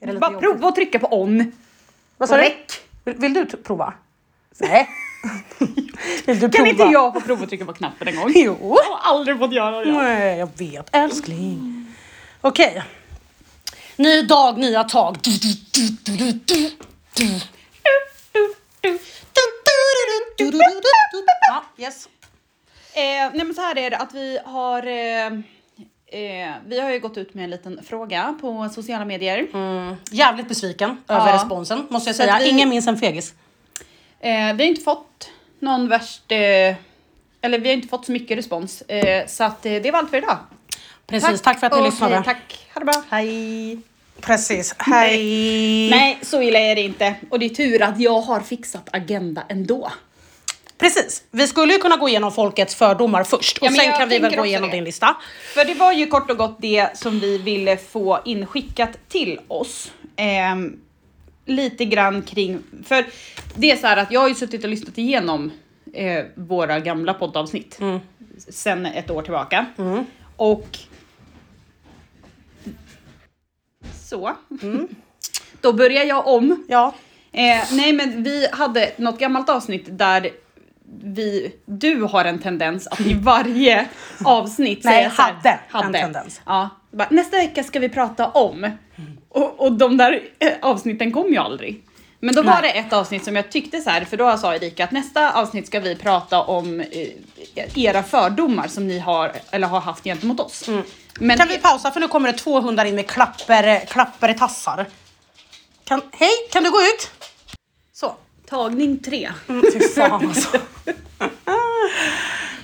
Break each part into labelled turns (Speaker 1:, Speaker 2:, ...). Speaker 1: Är det lite
Speaker 2: Bara
Speaker 1: jobbigt?
Speaker 2: prova att trycka på on.
Speaker 1: Vad
Speaker 2: På
Speaker 1: sa du?
Speaker 2: räck.
Speaker 1: Vill, vill du t- prova? Nej. vill du
Speaker 2: Kan
Speaker 1: prova?
Speaker 2: inte jag få prova att trycka på knappen en gång?
Speaker 1: Jo.
Speaker 2: Jag har aldrig fått göra det.
Speaker 1: Nej, jag vet älskling. Okej. Ny dag, nya tag. Ja, yes.
Speaker 2: Eh, nej men så här är det att vi har eh, eh, vi har ju gått ut med en liten fråga på sociala medier.
Speaker 1: Mm, jävligt besviken över
Speaker 2: Ja.
Speaker 1: responsen måste jag
Speaker 2: Så att
Speaker 1: säga.
Speaker 2: vi-
Speaker 1: Ingen minns en fegis.
Speaker 2: Eh, vi har inte fått någon värst, eh, eller vi har inte fått så mycket respons. Eh, så att eh, det var allt för idag.
Speaker 1: Precis, tack, för att ni
Speaker 2: och
Speaker 1: lyssnade.
Speaker 2: hej, Tack, ha det bra.
Speaker 1: Hej. Precis, hej.
Speaker 2: Nej, så illa är det inte. Och det är tur att jag har fixat agenda ändå.
Speaker 1: Precis, vi skulle ju kunna gå igenom folkets fördomar först och
Speaker 2: Ja, men
Speaker 1: sen
Speaker 2: jag
Speaker 1: kan vi väl
Speaker 2: tänker
Speaker 1: gå
Speaker 2: också
Speaker 1: igenom
Speaker 2: det.
Speaker 1: din lista.
Speaker 2: För det var ju kort och gott det som vi ville få inskickat till oss. Ehm, lite grann kring, för det är så här att jag har ju suttit och lyssnat igenom eh, våra gamla poddavsnitt
Speaker 1: Mm.
Speaker 2: sen ett år tillbaka.
Speaker 1: Mm.
Speaker 2: Och så. Då börjar jag om.
Speaker 1: Ja,
Speaker 2: Eh, nej men vi hade något gammalt avsnitt där vi, du har en tendens att i varje avsnitt
Speaker 1: Nej,
Speaker 2: säga så här,
Speaker 1: hade en tendens.
Speaker 2: Ja, bara, nästa vecka ska vi prata om. Och, och de där eh, avsnitten kom ju aldrig. Men då var
Speaker 1: Nej.
Speaker 2: det ett avsnitt som jag tyckte så här, för då sa Erika att nästa avsnitt ska vi prata om eh, era fördomar som ni har eller har haft gentemot oss. Men
Speaker 1: Mm. kan vi pausa för nu kommer det två hundar in med klapper, klapper tassar. Kan, hej, kan du gå ut? Så.
Speaker 2: tagning tre.
Speaker 1: Fy fan alltså.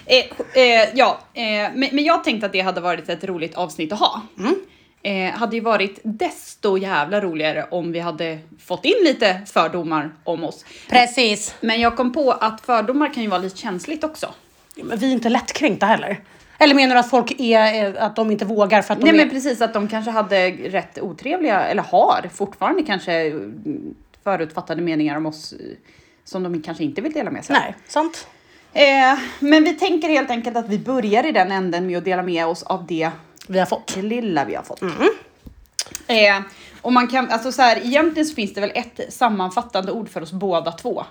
Speaker 2: Eh, eh, ja, eh, men, men jag tänkte att det hade varit ett roligt avsnitt att ha. Eh, hade ju varit desto jävla roligare om vi hade fått in lite fördomar om oss.
Speaker 1: Precis.
Speaker 2: Men jag kom på att fördomar kan ju vara lite känsligt också.
Speaker 1: Men vi är inte lättkränkta heller. Eller menar du att folk är, eh, att de inte vågar för att de
Speaker 2: Nej
Speaker 1: är...
Speaker 2: men precis, att de kanske hade rätt otrevliga, eller har fortfarande kanske mm, förutfattade meningar om oss eh, som de kanske inte vill dela med sig av.
Speaker 1: Nej, sant?
Speaker 2: Eh, men vi tänker helt enkelt att vi börjar i den änden med att dela med oss av det
Speaker 1: Vi har fått.
Speaker 2: det lilla vi har fått. Mm. Eh, och man kan, alltså så här, egentligen så finns det väl ett sammanfattande ord för oss båda två.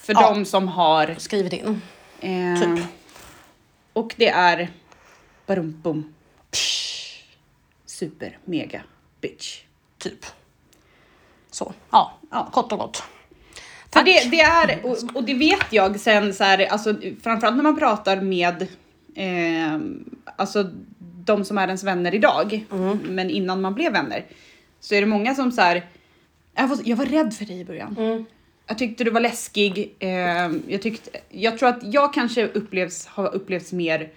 Speaker 2: För
Speaker 1: Ja.
Speaker 2: de som har...
Speaker 1: Skrivit in.
Speaker 2: Eh,
Speaker 1: Typ.
Speaker 2: Och det är... Barum, bum, psh, super, mega, bitch.
Speaker 1: Typ. Så. Ja,
Speaker 2: Ja.
Speaker 1: kort och gott.
Speaker 2: För
Speaker 1: Tack.
Speaker 2: det, det är, och, och det vet jag sen så här, alltså, framförallt när man pratar med eh, alltså, de som är ens vänner idag,
Speaker 1: Mm.
Speaker 2: men innan man blev vänner, så är det många som så här, jag var, jag var rädd för dig i början.
Speaker 1: Mm.
Speaker 2: Jag tyckte du var läskig. Eh, jag, tyckte, jag tror att jag kanske upplevs, har upplevts mer...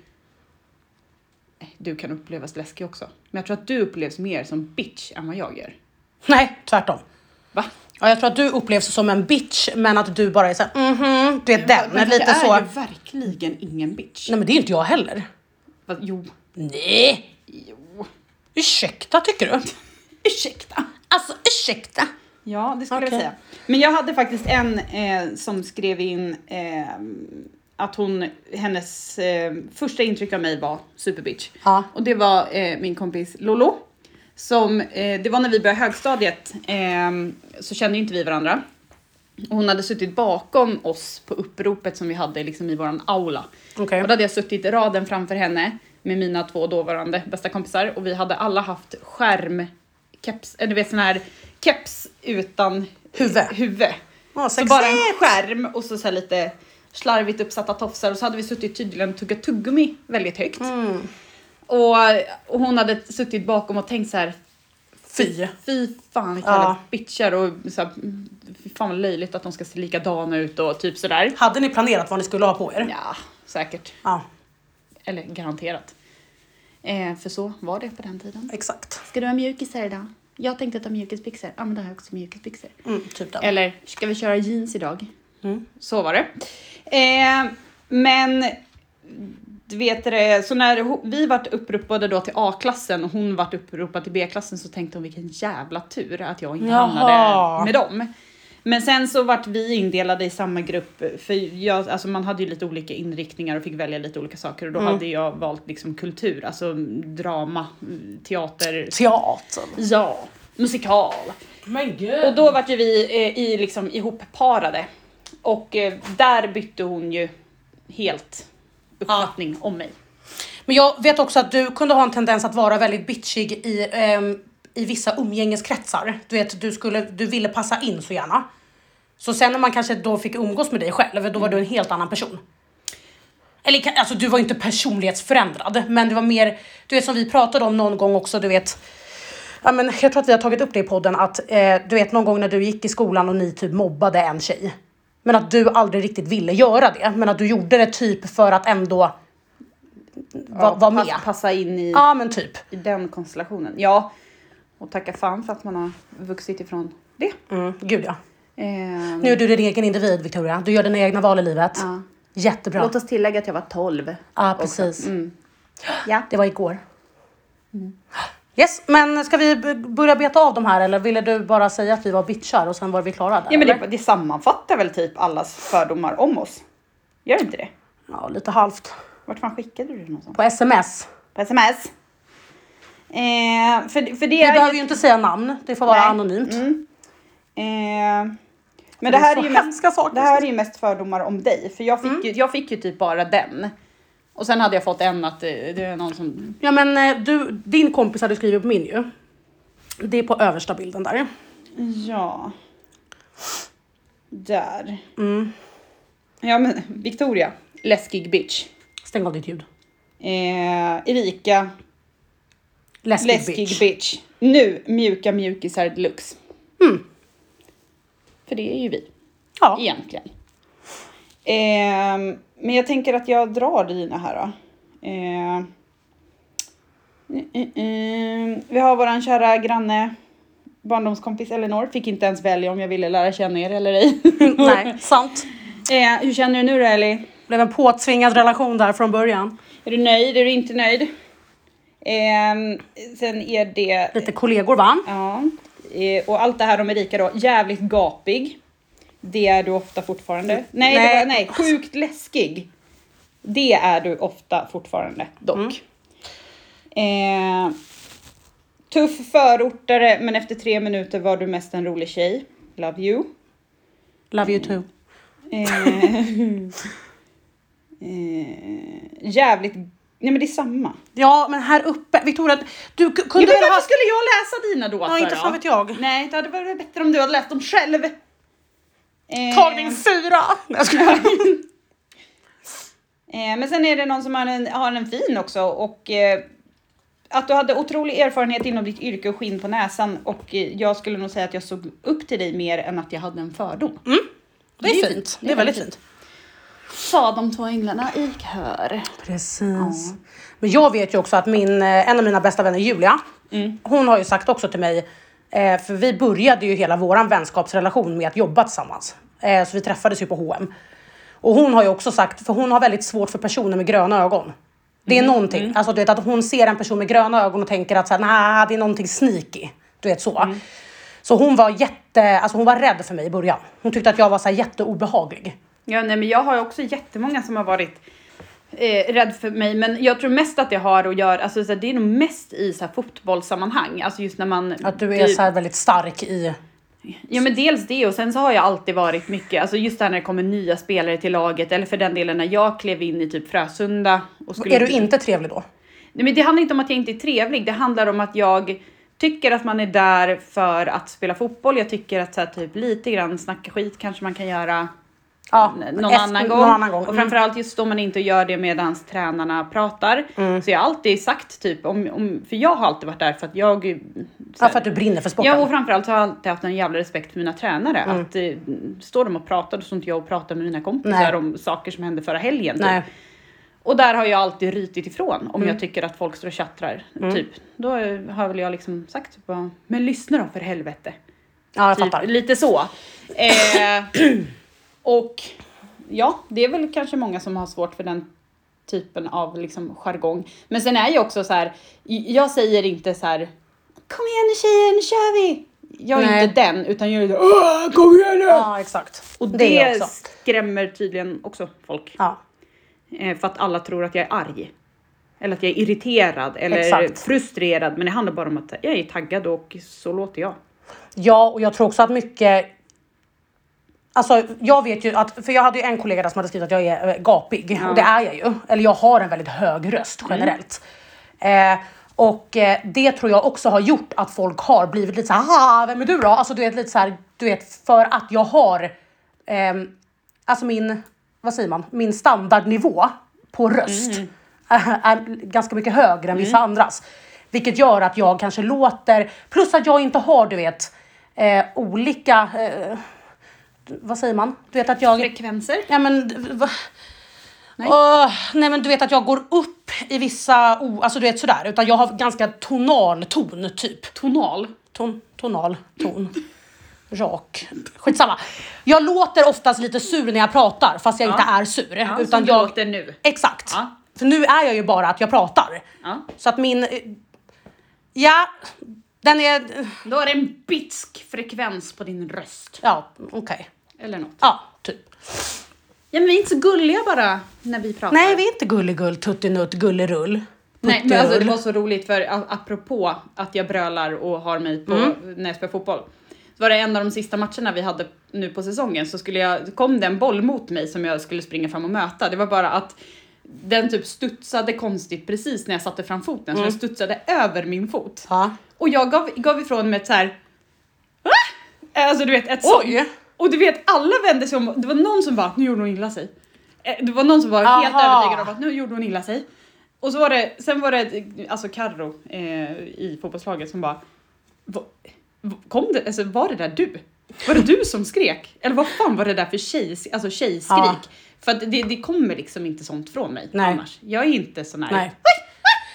Speaker 2: Nej, Du kan upplevas läskig också. Men jag tror att du upplevs mer som bitch än vad jag gör.
Speaker 1: Nej, tvärtom.
Speaker 2: Va?
Speaker 1: Ja, jag tror att du upplevs som en bitch, men att du bara är såhär, mhm, du är den.
Speaker 2: Men
Speaker 1: lite
Speaker 2: jag
Speaker 1: så.
Speaker 2: är ju verkligen ingen bitch.
Speaker 1: Nej men det är inte jag heller.
Speaker 2: Va, jo.
Speaker 1: Nej!
Speaker 2: Jo.
Speaker 1: Ursäkta tycker du?
Speaker 2: Ursäkta.
Speaker 1: Alltså ursäkta!
Speaker 2: Ja, det skulle
Speaker 1: Okej.
Speaker 2: jag säga. Men jag hade faktiskt en eh, som skrev in eh, att hon, hennes eh, första intryck av mig var superbitch.
Speaker 1: Ja.
Speaker 2: Och det var eh, min kompis Lolo. Som, eh, det var när vi började högstadiet eh, så kände ju inte vi varandra. Och hon hade suttit bakom oss på uppropet som vi hade liksom i våran aula.
Speaker 1: Okej.
Speaker 2: Och då hade jag suttit i raden framför henne med mina två dåvarande bästa kompisar och vi hade alla haft skärmkeps, eller du vet sån här keps utan
Speaker 1: Huvud.
Speaker 2: huvud.
Speaker 1: Åh,
Speaker 2: så
Speaker 1: sexigt.
Speaker 2: bara en skärm och så, så här lite slarvigt uppsatta tofsar och så hade vi suttit tydligen och tuggat tuggummi väldigt högt.
Speaker 1: Mm.
Speaker 2: Och, och hon hade suttit bakom och tänkt så här
Speaker 1: Fy.
Speaker 2: Fy fan vilka
Speaker 1: Ja.
Speaker 2: jävla bitchar och så här, mm, fy fan vad löjligt att de ska se likadana ut och typ sådär.
Speaker 1: Hade ni planerat vad ni skulle ha på er?
Speaker 2: Ja, säkert.
Speaker 1: Ja,
Speaker 2: Eller garanterat. Eh, för så var det på den tiden.
Speaker 1: exakt.
Speaker 2: Ska du ha mjukisar idag? Jag tänkte ta mjukisbyxor. Ja, men då har jag också mjukisbyxor.
Speaker 1: Mm, typ den.
Speaker 2: Eller, ska vi köra jeans idag?
Speaker 1: Mm.
Speaker 2: Så var det. Eh, men, du vet det, så när ho- vi vart uppropade då till A-klassen och hon vart uppropad till B-klassen så tänkte hon vilken jävla tur att jag inte
Speaker 1: Jaha.
Speaker 2: hamnade med dem. Men sen så vart vi indelade i samma grupp, för jag, alltså man hade ju lite olika inriktningar och fick välja lite olika saker och då hade jag valt liksom kultur, alltså drama, teater,
Speaker 1: Teatern.
Speaker 2: Ja. musikal.
Speaker 1: Men
Speaker 2: Och
Speaker 1: gud.
Speaker 2: då vart ju vi eh, i, liksom, ihopparade. Och eh, där bytte hon ju helt uppfattning om mig.
Speaker 1: Men jag vet också att du kunde ha en tendens att vara väldigt bitchig i, ehm, i vissa umgängeskretsar. Du vet, du, skulle, du ville passa in så gärna. Så sen när man kanske då fick umgås med dig själv, då var du en helt annan person. Eller ka- alltså du var ju inte personlighetsförändrad, men det var mer, du vet som vi pratade om någon gång också, du vet. Ja, men jag tror att vi har tagit upp det i podden, att eh, du vet någon gång när du gick i skolan och ni typ mobbade en tjej. Men att du aldrig riktigt ville göra det, men att du gjorde det typ för att ändå va, vara med.
Speaker 2: pass, Passa in i,
Speaker 1: Ja men typ.
Speaker 2: i den konstellationen. Ja, och tacka fan för att man har vuxit ifrån det.
Speaker 1: Mm, gud ja.
Speaker 2: Ehm,
Speaker 1: Nu är du din egen individ Victoria. Du gör dina egna val i livet.
Speaker 2: Ja.
Speaker 1: Jättebra.
Speaker 2: Låt oss tillägga att jag var 12.
Speaker 1: Ja precis.
Speaker 2: Ja.
Speaker 1: Det var igår. Mm. Yes, men ska vi b- börja beta av de här eller ville du bara säga att vi var bitchar och sen var vi klara där?
Speaker 2: ja men
Speaker 1: eller?
Speaker 2: det, det sammanfattar väl typ allas fördomar om oss? Gör det inte det?
Speaker 1: ja, lite halvt.
Speaker 2: Vart fan skickade du det någonstans?
Speaker 1: På sms.
Speaker 2: På sms? Eh, för, för det
Speaker 1: Vi
Speaker 2: är
Speaker 1: behöver ju inte säga namn, det får vara
Speaker 2: Nej.
Speaker 1: anonymt.
Speaker 2: Mm. Eh, men
Speaker 1: Det
Speaker 2: det
Speaker 1: är
Speaker 2: här,
Speaker 1: så
Speaker 2: är ju mest,
Speaker 1: hemska saker Mm.
Speaker 2: det här är ju mest fördomar om dig. För jag fick, ju, jag fick ju typ bara den. Och sen hade jag fått en att eh, det är någon som...
Speaker 1: Ja men eh, du, din kompis hade skrivit på min ju. Det är på översta bilden där.
Speaker 2: Ja. Där.
Speaker 1: Mm.
Speaker 2: Ja men Victoria. Läskig bitch.
Speaker 1: Stäng av ditt ljud.
Speaker 2: Eh, Erika.
Speaker 1: Läskig,
Speaker 2: Läskig bitch.
Speaker 1: bitch.
Speaker 2: Nu mjuka mjukisar deluxe.
Speaker 1: Mm.
Speaker 2: För det är ju vi.
Speaker 1: Ja.
Speaker 2: egentligen. Ehm, men jag tänker att jag drar dina här då. Ehm, mm, mm, mm. vi har våran kära granne, barndomskompis Elinor. Fick inte ens välja om jag ville lära känna er eller ej.
Speaker 1: Nej, sant.
Speaker 2: Ehm, hur känner du nu då Ellie?
Speaker 1: Blev en påtvingad relation där från början.
Speaker 2: Är du nöjd? Är du inte nöjd? Ehm, sen är det...
Speaker 1: Lite kollegor va?
Speaker 2: Ja. Eh, och allt det här om Erika då, jävligt gapig. Det är du ofta fortfarande. Nej, nej. Det
Speaker 1: Nej.
Speaker 2: var, nej sjukt läskig. Det är du ofta fortfarande, dock. Eh, tuff förortare, men efter tre minuter var du mest en rolig tjej. Love you.
Speaker 1: Love you too.
Speaker 2: Eh, eh, jävligt... Nej men det är samma.
Speaker 1: Ja, men här uppe. Victoria, du k-
Speaker 2: Ja, men
Speaker 1: kunde väl
Speaker 2: varför
Speaker 1: ha...
Speaker 2: skulle jag läsa dina då?
Speaker 1: Ja, inte
Speaker 2: Sara?
Speaker 1: fan vet jag.
Speaker 2: Nej, det hade varit bättre om du hade läst dem själv. Eh,
Speaker 1: Tagning fyra! Nej, jag skojar.
Speaker 2: eh, men sen är det någon som har en, har en fin också och eh, att du hade otrolig erfarenhet inom ditt yrke och skinn på näsan och eh, jag skulle nog säga att jag såg upp till dig mer än att jag hade en fördom.
Speaker 1: Det är fint. Det är väldigt fint.
Speaker 2: Sa de två änglarna i kör.
Speaker 1: Precis. Men jag vet ju också att min, eh, en av mina bästa vänner, Julia, hon har ju sagt också till mig, eh, för vi började ju hela vår vänskapsrelation med att jobba tillsammans. Eh, Så vi träffades ju på H&M. Och hon har ju också sagt, för hon har väldigt svårt för personer med gröna ögon. Det är någonting, alltså du vet att hon ser en person med gröna ögon och tänker att så här, nah, det är någonting sneaky. Du vet så. Så hon var jätte, alltså hon var rädd för mig i början. Hon tyckte att jag var så här jätteobehaglig.
Speaker 2: Ja, nej, men jag har ju också jättemånga som har varit eh, rädd för mig, men jag tror mest att det har att göra, alltså så här, det är nog mest i så här, fotbollssammanhang, alltså just när man...
Speaker 1: Att du är så här väldigt stark i
Speaker 2: Ja men dels det och sen så har jag alltid varit mycket, alltså just där när det kommer nya spelare till laget eller för den delen när jag klev in i typ Frösunda. Och skulle
Speaker 1: Är du inte trevlig då?
Speaker 2: Nej men det handlar inte om att jag inte är trevlig, det handlar om att jag tycker att man är där för att spela fotboll. Jag tycker att så här, typ lite grann snacka skit kanske man kan göra
Speaker 1: Ja,
Speaker 2: någon,
Speaker 1: es-
Speaker 2: annan gång.
Speaker 1: någon annan gång.
Speaker 2: Och
Speaker 1: Mm.
Speaker 2: framförallt just då man inte gör det medan tränarna pratar.
Speaker 1: Mm.
Speaker 2: Så jag har alltid sagt typ, om, om, för jag har alltid varit där för att jag... eh, så
Speaker 1: Ja,
Speaker 2: här,
Speaker 1: för att du brinner för sporten.
Speaker 2: Ja, och framförallt har jag alltid haft en jävla respekt för mina tränare.
Speaker 1: Mm.
Speaker 2: Att eh, står de och pratar, då står inte jag och pratar med mina kompisar
Speaker 1: Nej.
Speaker 2: om saker som hände förra helgen. typ.
Speaker 1: Nej. Mm.
Speaker 2: Och där har jag alltid rytit ifrån om jag tycker att folk står och tjattrar. Typ. Då eh, har väl jag liksom sagt typ bara, men lyssna då för helvete.
Speaker 1: ja, jag
Speaker 2: Typ,
Speaker 1: fattar.
Speaker 2: lite så. Eh, och ja, det är väl kanske många som har svårt för den typen av liksom jargong. Men sen är ju också så här, j- jag säger inte så här, kom igen nu tjejer, nu kör vi! Jag är
Speaker 1: Nej.
Speaker 2: inte den, utan jag är "Åh, kom igen nu!
Speaker 1: Ja, exakt.
Speaker 2: Och det,
Speaker 1: det är jag också.
Speaker 2: skrämmer tydligen också folk.
Speaker 1: Ja.
Speaker 2: Eh, för att alla tror att jag är arg. Eller att jag är irriterad eller
Speaker 1: Exakt.
Speaker 2: frustrerad. Men det handlar bara om att jag är taggad och så låter jag.
Speaker 1: Ja, och jag tror också att mycket... Alltså, jag vet ju att... För jag hade ju en kollega där som hade skrivit att jag är eh, gapig. Och det är jag ju. Eller jag har en väldigt hög röst generellt. Eh, och eh, det tror jag också har gjort att folk har blivit lite så här, "Haha, vem är du då? Alltså du vet lite så här, du vet för att jag har, ehm, alltså min, vad säger man, min standardnivå på röst är, är ganska mycket högre än vissa andras. Vilket gör att jag kanske låter, plus att jag inte har du vet eh, olika, eh, vad säger man? Du vet att jag...
Speaker 2: Frekvenser?
Speaker 1: Ja, men, d- va?
Speaker 2: Nej.
Speaker 1: Åh, nej men du vet att jag går upp i vissa, o- alltså du vet sådär, utan jag har ganska tonal ton typ.
Speaker 2: Tonal?
Speaker 1: Ton, tonal ton. Rak. Skitsamma. Jag låter oftast lite sur när jag pratar fast jag inte är sur.
Speaker 2: Ja,
Speaker 1: utan
Speaker 2: som
Speaker 1: jag,
Speaker 2: låter nu.
Speaker 1: Exakt.
Speaker 2: Ja.
Speaker 1: För nu är jag ju bara att jag pratar.
Speaker 2: Ja.
Speaker 1: Så att min, eh, ja, den är, eh,
Speaker 2: Då är det en bitsk frekvens på din röst.
Speaker 1: ja okej.
Speaker 2: Eller något.
Speaker 1: Ja, typ.
Speaker 2: Ja men vi är inte så gulliga bara när vi pratar.
Speaker 1: Nej vi är inte gulligull, tuttinutt, gullerull.
Speaker 2: Nej, men alltså det
Speaker 1: putterull.
Speaker 2: var så roligt för a- apropå att jag brölar och har mig på när jag spelar fotboll. Så var det en av de sista matcherna vi hade nu på säsongen så skulle jag, kom det en boll mot mig som jag skulle springa fram och möta. Det var bara att den typ studsade konstigt precis när jag satte fram foten så den studsade över min fot.
Speaker 1: Ja.
Speaker 2: Och jag gav, gav ifrån mig ett så här. "Ah!" Alltså du vet ett sånt.
Speaker 1: Oj!
Speaker 2: Och du vet alla vände sig om, och- det var någon som bara nu gjorde hon illa sig. Eh, Det var någon som var helt
Speaker 1: Aha.
Speaker 2: övertygad om att nu gjorde hon illa sig. Och så var det, sen var det alltså Carro eh, i fotbollslaget som bara "Va- va- Kom det, alltså var det där du? Var det du som skrek? Eller vad fan var det där för tjej, alltså tjejskrik?
Speaker 1: Ja.
Speaker 2: För att det, det kommer liksom inte sånt från mig
Speaker 1: Nej.
Speaker 2: annars. Jag är inte sån här.
Speaker 1: Nej.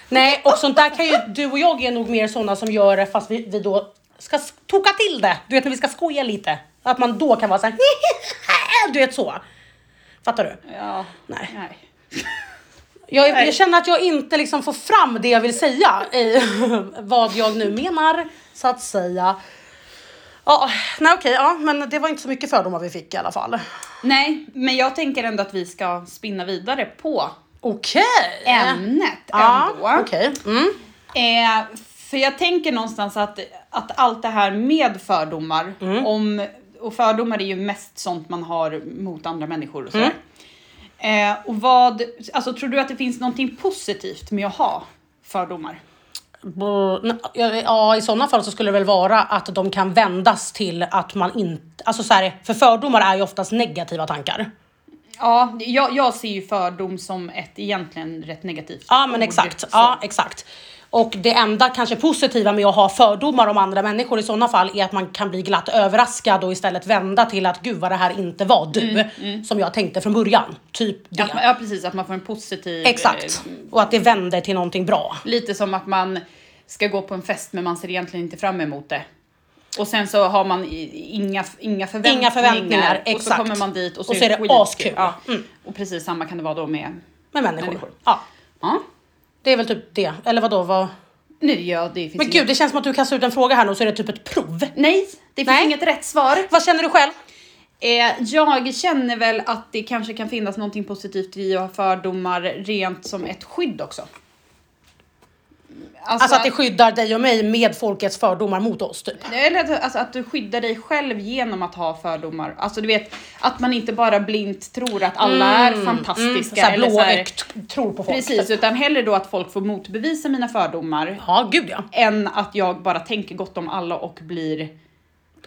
Speaker 1: Nej, och sånt där kan ju, du och jag är nog mer sådana som gör det fast vi, vi då ska s- toka till det. Du vet när vi ska skoja lite. Att man då kan vara såhär, du vet så. Fattar du?
Speaker 2: Ja.
Speaker 1: Nej.
Speaker 2: Nej.
Speaker 1: Jag,
Speaker 2: Nej.
Speaker 1: jag känner att jag inte liksom får fram det jag vill säga i vad jag nu menar, så att säga. Ja, nej okej, ja, men det var inte så mycket fördomar vi fick i alla fall.
Speaker 2: Nej, men jag tänker ändå att vi ska spinna vidare på
Speaker 1: Okej!
Speaker 2: ämnet
Speaker 1: Eh. Ja,
Speaker 2: ändå.
Speaker 1: okej. Mm.
Speaker 2: Eh, för jag tänker någonstans att, att allt det här med fördomar,
Speaker 1: Mm.
Speaker 2: om, och fördomar är ju mest sånt man har mot andra människor och
Speaker 1: Mm.
Speaker 2: sådär. Eh, och vad, alltså tror du att det finns någonting positivt med att ha fördomar?
Speaker 1: Bo- n- ja, Ja, i sådana fall så skulle det väl vara att de kan vändas till att man inte... Alltså så här, för fördomar är ju oftast negativa tankar.
Speaker 2: Ja, det- jag, jag ser ju fördom som ett egentligen rätt negativt
Speaker 1: Ja, men
Speaker 2: ord,
Speaker 1: exakt.
Speaker 2: så.
Speaker 1: Ja, exakt. Och det enda kanske positiva med att ha fördomar om andra människor i sådana fall är att man kan bli glatt överraskad och istället vända till att gud vad det här inte var du som jag tänkte från början. Typ det.
Speaker 2: Att man, Mm, ja, precis. Att man får en positiv...
Speaker 1: exakt.
Speaker 2: eh,
Speaker 1: Och att det vänder till någonting bra.
Speaker 2: Lite som att man ska gå på en fest men man ser egentligen inte fram emot det. Och sen så har man i- inga, inga förväntningar.
Speaker 1: Inga förväntningar,
Speaker 2: Och så
Speaker 1: exakt.
Speaker 2: kommer man dit och så,
Speaker 1: Och så är det
Speaker 2: skitkul.
Speaker 1: askul.
Speaker 2: Ja.
Speaker 1: Mm.
Speaker 2: Och precis samma kan det vara då med...
Speaker 1: Med människor.
Speaker 2: Människor.
Speaker 1: Ja,
Speaker 2: Ja.
Speaker 1: det är väl typ det. Eller vadå? Vad?
Speaker 2: Nu, ja, det finns
Speaker 1: Men
Speaker 2: inget-
Speaker 1: gud, det känns som att du kastar ut en fråga här nu så är det typ ett prov.
Speaker 2: Nej, det finns
Speaker 1: Nej.
Speaker 2: inget rätt svar.
Speaker 1: Vad känner du själv?
Speaker 2: Eh, jag känner väl att det kanske kan finnas någonting positivt i att ha fördomar rent som ett skydd också. Alltså,
Speaker 1: Alltså att det skyddar dig och mig med folkets fördomar mot oss typ.
Speaker 2: Eller att, alltså, att du skyddar dig själv genom att ha fördomar. Alltså du vet, att man inte bara blint tror att alla är fantastiska.
Speaker 1: Såhär
Speaker 2: eller så här,
Speaker 1: mm, blåögt tror på folk.
Speaker 2: precis, utan hellre då att folk får motbevisa mina fördomar
Speaker 1: Ja, gud ja.
Speaker 2: än att jag bara tänker gott om alla och blir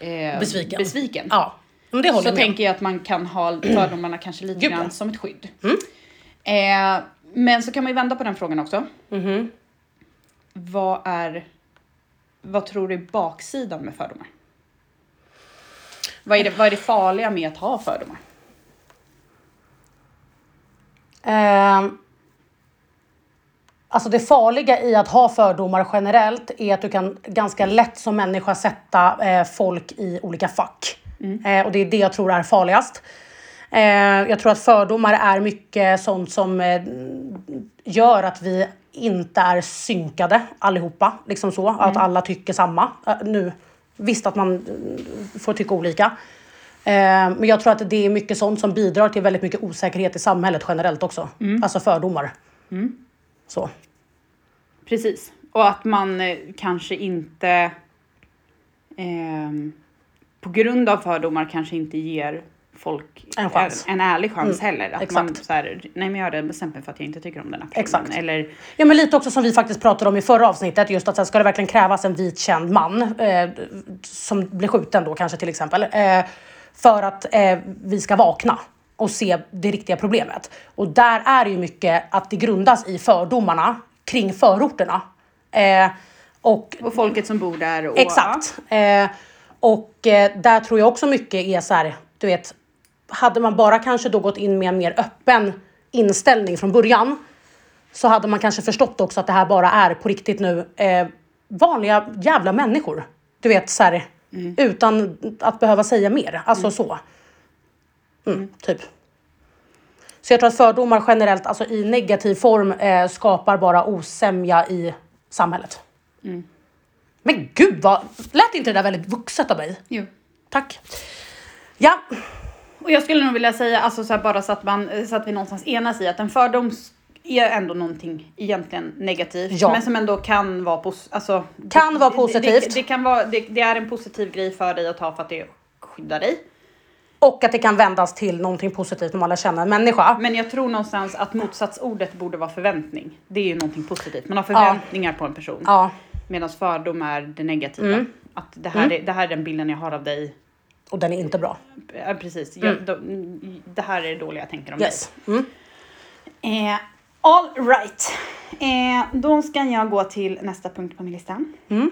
Speaker 2: eh,
Speaker 1: Besviken.
Speaker 2: besviken.
Speaker 1: Ja, men det håller
Speaker 2: så
Speaker 1: jag med om.
Speaker 2: tänker jag att man kan ha fördomarna kanske lite
Speaker 1: Gud, Mm. ja.
Speaker 2: grann som ett skydd. Eh, men så kan man ju vända på den frågan också.
Speaker 1: Mm-hmm.
Speaker 2: Vad är, vad tror du är baksidan med fördomar? Vad är, det, vad är det farliga med att ha fördomar?
Speaker 1: Ehm, alltså det farliga i att ha fördomar generellt är att du kan ganska lätt som människa sätta eh, folk i olika fack.
Speaker 2: Mm.
Speaker 1: Eh, och det är det jag tror är farligast. Eh, jag tror att fördomar är mycket sånt som eh, gör att vi inte är synkade allihopa. Liksom så, Att alla tycker samma. Eh, nu, visst att man eh, får tycka olika. Eh, men jag tror att det är mycket sånt som bidrar till väldigt mycket osäkerhet i samhället generellt också. Alltså fördomar. Så.
Speaker 2: Precis. Och att man eh, kanske inte ehm, på grund av fördomar kanske inte ger folk
Speaker 1: En chans. Mm.
Speaker 2: en ärlig chans heller. Att man
Speaker 1: exakt.
Speaker 2: så här, nej men jag har redan bestämt mig för att jag inte tycker om den här personen.
Speaker 1: Exakt.
Speaker 2: Eller,
Speaker 1: Ja men lite också som vi faktiskt pratade om i förra avsnittet, just att så här, ska det verkligen krävas en vit känd man eh, som blir skjuten då kanske till exempel, eh, för att eh, vi ska vakna och se det riktiga problemet. Och där är det ju mycket att det grundas i fördomarna kring förorterna. Eh, och
Speaker 2: och folket som bor där. Och,
Speaker 1: Exakt. Eh, och eh, där tror jag också mycket är så här, du vet, hade man bara kanske då gått in med en mer öppen inställning från början så hade man kanske förstått också att det här bara är på riktigt nu eh, vanliga jävla människor. Du vet så här, utan att behöva säga mer. Alltså så. Mm, Typ. Så jag tror att fördomar generellt, alltså i negativ form, eh, skapar bara osämja i samhället. Men gud vad, lät inte det där väldigt vuxet av mig?
Speaker 2: Jo.
Speaker 1: Tack. Ja,
Speaker 2: Och jag skulle nog vilja säga, alltså så här, bara så att, man, så att vi någonstans enas i att en fördom är ändå någonting egentligen negativt,
Speaker 1: Ja.
Speaker 2: men som ändå kan vara positivt. Alltså,
Speaker 1: Kan
Speaker 2: det-
Speaker 1: vara
Speaker 2: det- Det,
Speaker 1: positivt.
Speaker 2: det, kan vara, det, det är en positiv grej för dig att ta för att det skyddar dig.
Speaker 1: och att det kan vändas till någonting positivt när man lär känna en människa.
Speaker 2: Men jag tror någonstans att motsatsordet borde vara förväntning. Det är ju någonting positivt. Man har förväntningar på en person.
Speaker 1: Ja, Mm.
Speaker 2: Medan fördom är det negativa. Att det här, är, det här är den bilden jag har av dig.
Speaker 1: och den är inte bra.
Speaker 2: Ja, precis. Jag, de, det här är det dåliga jag tänker om dig.
Speaker 1: Mm. Yes. Mm.
Speaker 2: Eh, all right. Eh, då ska jag gå till nästa punkt på min lista.
Speaker 1: Mm.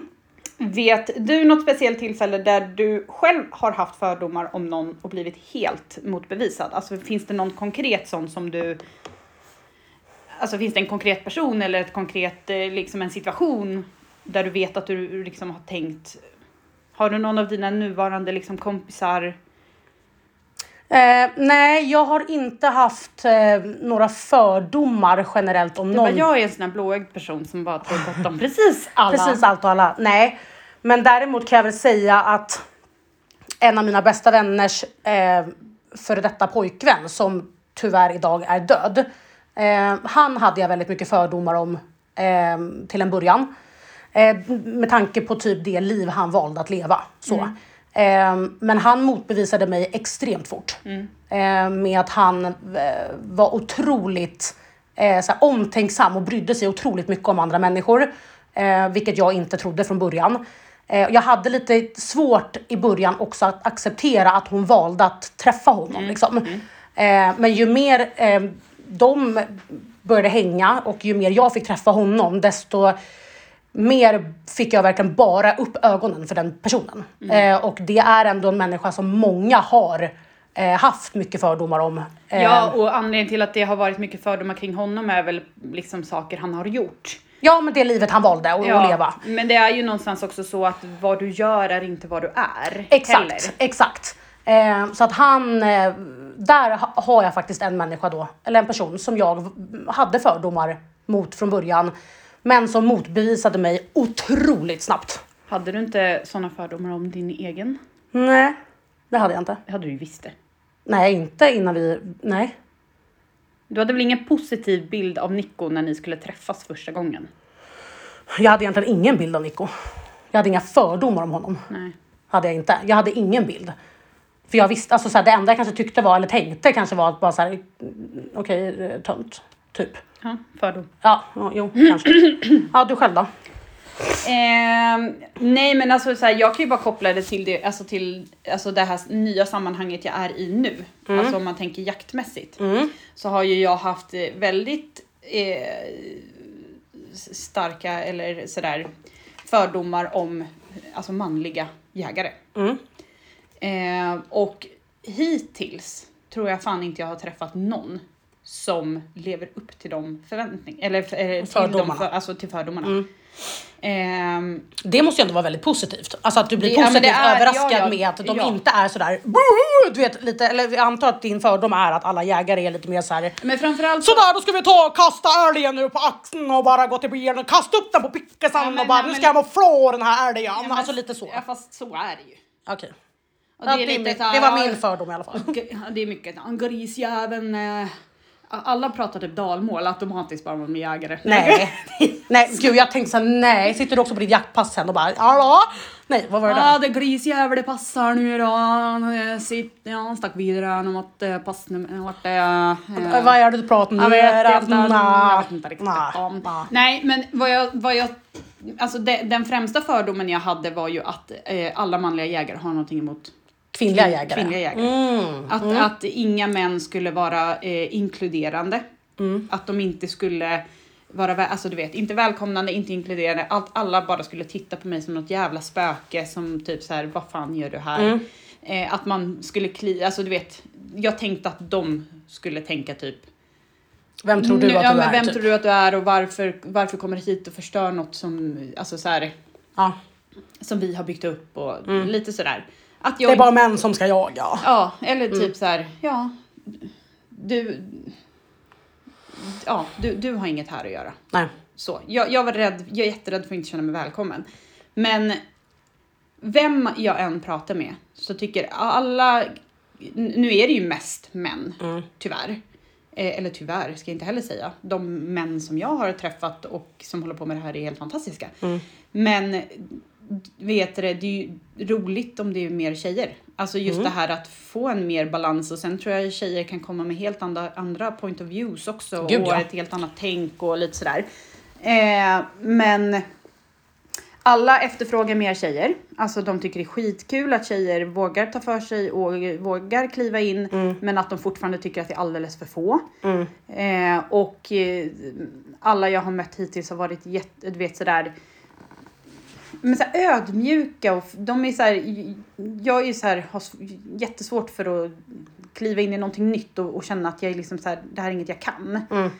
Speaker 2: Vet du något speciellt tillfälle där du själv har haft fördomar om någon och blivit helt motbevisad? Alltså finns det någon konkret sån som du... Alltså finns det en konkret person eller ett konkret, eh, liksom en situation där du vet att du liksom har tänkt... Har du någon av dina nuvarande liksom kompisar?
Speaker 1: Eh, nej, jag har inte haft eh, några fördomar generellt om
Speaker 2: Du bara,
Speaker 1: någon.
Speaker 2: jag är en sån här blåögd person som bara tror gott om precis alla.
Speaker 1: Precis allt och alla. Nej, men däremot kan jag väl säga att en av mina bästa vänners eh, före detta pojkvän som tyvärr idag är död. Eh, han hade jag väldigt mycket fördomar om eh, till en början. Eh, med tanke på typ det liv han valde att leva. Så.
Speaker 2: Mm.
Speaker 1: Eh, men han motbevisade mig extremt fort.
Speaker 2: Mm.
Speaker 1: Eh, med att han eh, var otroligt eh, så här, omtänksam och brydde sig otroligt mycket om andra människor. Eh, vilket jag inte trodde från början. Eh, jag hade lite svårt i början också att acceptera att hon valde att träffa honom. Liksom. Eh, men ju mer eh, de började hänga och ju mer jag fick träffa honom, desto mer fick jag verkligen bara upp ögonen för den personen. Eh, och det är ändå en människa som många har eh, haft mycket fördomar om. Eh,
Speaker 2: Ja, och anledningen till att det har varit mycket fördomar kring honom är väl liksom saker han har gjort.
Speaker 1: ja, men det livet han valde att att leva.
Speaker 2: Men det är ju någonstans också så att vad du gör är inte vad du är.
Speaker 1: Exakt,
Speaker 2: heller.
Speaker 1: exakt. Eh, så att han, eh, där ha, har jag faktiskt en människa då, eller en person som jag v- hade fördomar mot från början, men som motbevisade mig otroligt snabbt.
Speaker 2: Hade du inte sådana fördomar om din egen?
Speaker 1: Nej, det hade jag inte.
Speaker 2: Det hade du ju visst det.
Speaker 1: Nej, inte innan vi, nej.
Speaker 2: Du hade väl ingen positiv bild av Nico när ni skulle träffas första gången?
Speaker 1: Jag hade egentligen ingen bild av Nico. Jag hade inga fördomar om honom.
Speaker 2: Nej.
Speaker 1: Hade jag inte. Jag hade ingen bild. För jag visste, alltså så här, det enda jag kanske tyckte var, eller tänkte kanske var att bara så här, mm, okej, eh, tönt. Typ.
Speaker 2: Ja, fördom.
Speaker 1: Ja, ja, jo, kanske. Ja, du själv då?
Speaker 2: Ehm, nej men alltså så här, jag kan ju bara koppla det till det, alltså till alltså det här nya sammanhanget jag är i nu. Alltså om man tänker jaktmässigt.
Speaker 1: Mm,
Speaker 2: Så har ju jag haft eh, väldigt eh, s- starka eller sådär fördomar om alltså manliga jägare.
Speaker 1: Mm.
Speaker 2: Eh, och hittills tror jag fan inte jag har träffat någon som lever upp till de förväntningarna, eller eh, till, de
Speaker 1: Fördomarna. Mm.
Speaker 2: för, alltså till fördomarna. Ehm,
Speaker 1: Det måste ju ändå vara väldigt positivt. Alltså att du blir
Speaker 2: Det- ja, men
Speaker 1: positivt
Speaker 2: det är-
Speaker 1: överraskad
Speaker 2: ja, ja,
Speaker 1: med att de
Speaker 2: ja.
Speaker 1: inte är sådär "Boo!" du vet lite, eller jag antar att din fördom är att alla jägare är lite mer såhär
Speaker 2: Men framförallt så...
Speaker 1: Sådär då ska vi ta och kasta älgen nu på axeln och bara gå till bilen och kasta upp den på pickesen
Speaker 2: Ja, men-
Speaker 1: och bara
Speaker 2: ja,
Speaker 1: nu
Speaker 2: men-
Speaker 1: ska jag må från den här älgen.
Speaker 2: Ja, men-
Speaker 1: alltså lite så.
Speaker 2: Ja, fast så är det ju.
Speaker 1: Okej.
Speaker 2: Och
Speaker 1: Ja,
Speaker 2: är
Speaker 1: det, är
Speaker 2: lite
Speaker 1: mitt-
Speaker 2: så här,
Speaker 1: det var
Speaker 2: ja,
Speaker 1: min fördom i alla fall.
Speaker 2: ja, Det är mycket. ja, Grisjäveln. eh, Alla pratar typ dalmål, att de har inte bara med jägare.
Speaker 1: Nej. Nej gud jag tänkte såhär, nej sitter du också på ditt jaktpass sen och bara hallå? Nej vad var det där?
Speaker 2: Ja, det grisjävligt passar nu då. Han, eh, sitt- ja, han stack vidare om att eh, pass nu vart det... eh,
Speaker 1: Äh, vad är det du pratar om?
Speaker 2: Jag vet inte, jag
Speaker 1: Nja,
Speaker 2: vet inte riktigt
Speaker 1: nja,
Speaker 2: om.
Speaker 1: nja.
Speaker 2: Nej, men vad jag... Vad jag alltså de, den främsta fördomen jag hade var ju att eh, alla manliga jägare har någonting emot
Speaker 1: Kvinnliga jägare.
Speaker 2: kvinnliga jägare.
Speaker 1: Mm.
Speaker 2: Att, att inga män skulle vara eh, inkluderande.
Speaker 1: Mm.
Speaker 2: Att de inte skulle vara, vä- alltså du vet, inte välkomnande, inte inkluderande. Att alla bara skulle titta på mig som något jävla spöke som typ så här, vad fan gör du
Speaker 1: Mm.
Speaker 2: här? Eh, att man skulle kli, alltså du vet, jag tänkte att de skulle tänka typ
Speaker 1: Vem tror du
Speaker 2: nu,
Speaker 1: att
Speaker 2: Mm, ja,
Speaker 1: du
Speaker 2: men
Speaker 1: är?
Speaker 2: Vem
Speaker 1: typ?
Speaker 2: tror du att du är och varför, varför kommer du hit och förstör något som, alltså så här,
Speaker 1: Ja.
Speaker 2: som vi har byggt upp och lite sådär. Att
Speaker 1: Mm. Det är bara män som ska jaga.
Speaker 2: Ja, eller typ så här, ja, du, ja, du, du har inget här att göra.
Speaker 1: Nej.
Speaker 2: Så, jag, jag var rädd, jag är jätterädd för att inte känna mig välkommen. Men vem jag än pratar med så tycker alla, nu är det ju mest män,
Speaker 1: Mm.
Speaker 2: tyvärr. Eh, eller tyvärr, ska jag inte heller säga. De män som jag har träffat och som håller på med det här är helt fantastiska.
Speaker 1: Mm.
Speaker 2: Men vet du, det det är ju roligt om det är mer tjejer. Alltså
Speaker 1: Mm.
Speaker 2: just det här att få en mer balans och sen tror jag tjejer kan komma med helt andra, andra point of views också
Speaker 1: Gud,
Speaker 2: och
Speaker 1: ja.
Speaker 2: ett helt annat tänk och lite sådär. Eh, men alla efterfrågar mer tjejer. Alltså de tycker det är skitkul att tjejer vågar ta för sig och vågar kliva in
Speaker 1: Mm.
Speaker 2: men att de fortfarande tycker att det är alldeles för få. Eh, och eh, alla jag har mött hittills har varit jätte, du vet sådär men så här, ödmjuka och f- de är så här, jag är ju så här, har sv- jättesvårt för att kliva in i någonting nytt och, och känna att jag är liksom så här, det här är inget jag kan.
Speaker 1: Mm.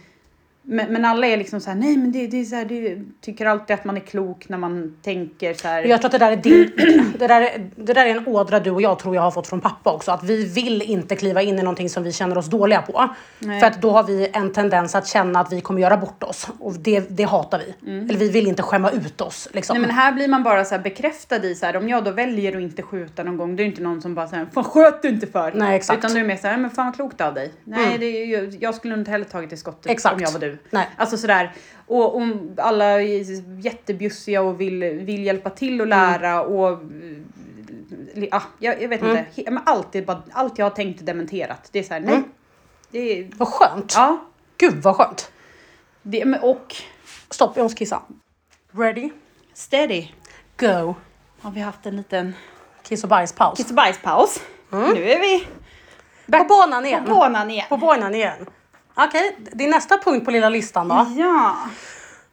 Speaker 2: Men, men alla är liksom så här, nej men det, det är så här, det tycker alltid att man är klok när man tänker så här.
Speaker 1: Jag tror att det där, är din, det, där är, det där är en ådra du och jag tror jag har fått från pappa också. Att vi vill inte kliva in i någonting som vi känner oss dåliga på.
Speaker 2: Nej.
Speaker 1: För att då har vi en tendens att känna att vi kommer göra bort oss. Och det, det hatar vi. Eller vi vill inte skämma ut oss. Liksom.
Speaker 2: Mm. Nej men här blir man bara så här bekräftad i så här, om jag då väljer att inte skjuta någon gång, då är det inte någon som bara säger fan sköt du inte för.
Speaker 1: Nej, exakt. Mm.
Speaker 2: Utan du är mer så här, men fan vad klokt av dig. Nej, det är ju, jag skulle nog inte heller tagit det skottet
Speaker 1: Exakt.
Speaker 2: om jag var du.
Speaker 1: Nej.
Speaker 2: Alltså sådär. Och, och alla är jättebjussiga och vill, vill hjälpa till och
Speaker 1: Mm.
Speaker 2: lära och eh, ah, jag, jag vet
Speaker 1: Mm.
Speaker 2: inte. He, men allt, är bara, allt jag har tänkt är dementerat. Det är så här, nej.
Speaker 1: Mm.
Speaker 2: Det är,
Speaker 1: Vad skönt.
Speaker 2: ja.
Speaker 1: Gud vad skönt.
Speaker 2: Det, men, och
Speaker 1: Stopp, jag måste kissa. Ready,
Speaker 2: steady
Speaker 1: go.
Speaker 2: har vi haft en liten
Speaker 1: Kiss och bajspaus.
Speaker 2: kiss och bajspaus.
Speaker 1: Mm.
Speaker 2: Nu är vi
Speaker 1: På banan igen.
Speaker 2: på banan igen.
Speaker 1: På banan igen. Okej, det är nästa punkt på lilla listan då.
Speaker 2: Ja.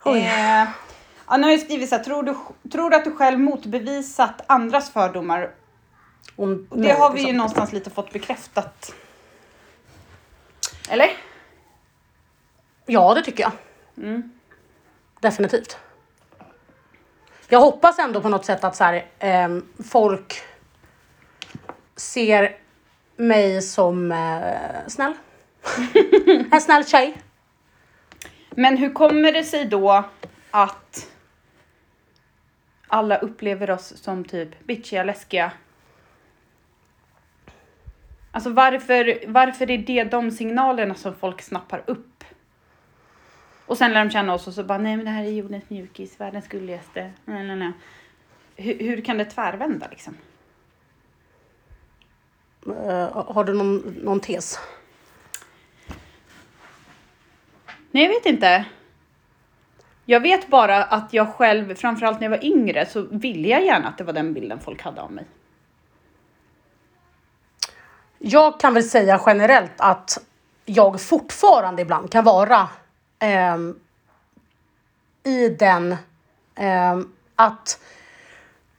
Speaker 1: Oj.
Speaker 2: Eh, ja, nu har jag skrivit så här, tror du, tror du att du själv motbevisat andras fördomar?
Speaker 1: Om-
Speaker 2: Det
Speaker 1: nej,
Speaker 2: har vi ju
Speaker 1: liksom.
Speaker 2: någonstans lite fått bekräftat. Eller?
Speaker 1: Ja, det tycker jag. Mm. Definitivt. Jag hoppas ändå på något sätt att så här, ehm, folk ser mig som eh, snäll. en snäll tjej.
Speaker 2: Men hur kommer det sig då att alla upplever oss som typ bitchiga, läskiga? Alltså varför, varför är det de signalerna som folk snappar upp? Och sen lär de känna oss och så bara nej men det här är jordens mjukis, världens gulligaste. Nej, nej, nej. Hur, hur kan det tvärvända liksom?
Speaker 1: Eh, har du någon, någon tes?
Speaker 2: Nej, jag vet inte. Jag vet bara att jag själv, framförallt när jag var yngre, så ville jag gärna att det var den bilden folk hade av mig.
Speaker 1: Jag kan väl säga generellt att jag fortfarande ibland kan vara ehm, i den ehm, att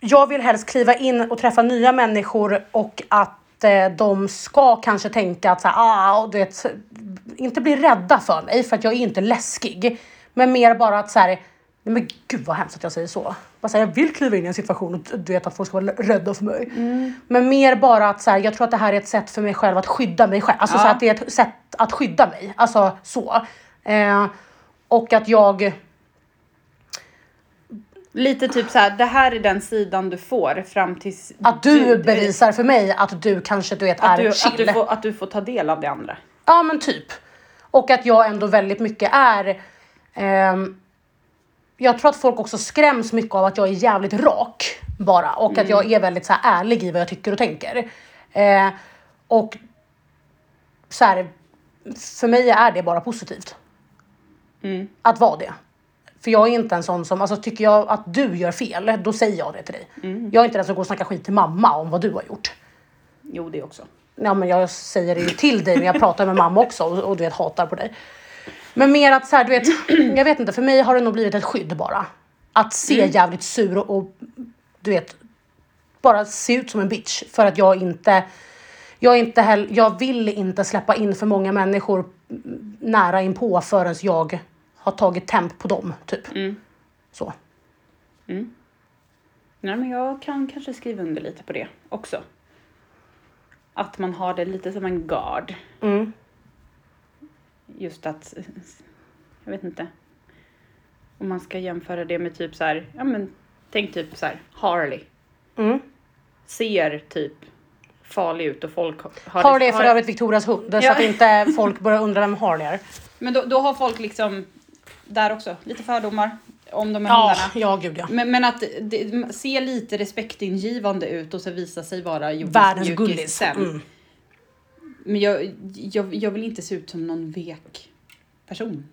Speaker 1: jag vill helst kliva in och träffa nya människor och att eh, de ska kanske tänka att så här, ah, och du vet, inte bli rädda för mig för att jag är inte läskig. Men mer bara att så här, nej men gud vad hemskt att jag säger så. Bara så här, jag vill kliva in i en situation och du vet att folk ska vara rädda för mig. Men mer bara att så här, jag tror att det här är ett sätt för mig själv att skydda mig själv. Alltså
Speaker 2: Ja.
Speaker 1: så att det är ett sätt att skydda mig. Alltså så. Eh, och att jag
Speaker 2: Lite typ så här, det här är den sidan du får fram tills...
Speaker 1: Att du bevisar för mig att du kanske du vet,
Speaker 2: att
Speaker 1: är
Speaker 2: du,
Speaker 1: chill.
Speaker 2: att, du får, att du får ta del av det andra.
Speaker 1: Ja men typ. Och att jag ändå väldigt mycket är ehm, jag tror att folk också skräms mycket av att jag är jävligt rak bara och att
Speaker 2: Mm.
Speaker 1: jag är väldigt så här, ärlig i vad jag tycker och tänker. Eh, och så här, för mig är det bara positivt.
Speaker 2: Mm.
Speaker 1: Att vara det. För jag är inte en sån som, alltså tycker jag att du gör fel, då säger jag det till dig.
Speaker 2: Mm.
Speaker 1: Jag är inte den som går och snackar skit till mamma om vad du har gjort.
Speaker 2: Jo, det också.
Speaker 1: Ja, men jag säger det ju till dig, men jag pratar med mamma också och, och du vet, hatar på dig. Men mer att så här, du vet, jag vet inte, för mig har det nog blivit ett skydd bara. Att se
Speaker 2: Mm.
Speaker 1: jävligt sur och, och du vet, bara se ut som en bitch. För att jag inte, jag är inte heller, jag vill inte släppa in för många människor mm, nära inpå förrän jag har tagit temp på dem, typ.
Speaker 2: Mm.
Speaker 1: Så.
Speaker 2: Nej, men jag kan kanske skriva under lite på det också. Att man har det lite som en gard.
Speaker 1: Mm.
Speaker 2: Just att, jag vet inte. Om man ska jämföra det med typ så här, ja men tänk typ så här, Harley.
Speaker 1: Mm.
Speaker 2: Ser typ farlig ut och folk har
Speaker 1: Harley är för övrigt Victorias hund, så
Speaker 2: Ja.
Speaker 1: att inte folk börjar undra vem Harley är.
Speaker 2: Men då, då har folk liksom, där också, lite fördomar om de här
Speaker 1: Ja,
Speaker 2: hundarna.
Speaker 1: ja gud ja.
Speaker 2: Men, men att det, se lite respektingivande ut och så visa sig vara jordens
Speaker 1: Världens
Speaker 2: mjukis
Speaker 1: gullis.
Speaker 2: sen.
Speaker 1: Mm.
Speaker 2: Men jag, jag, jag vill inte se ut som någon vek person.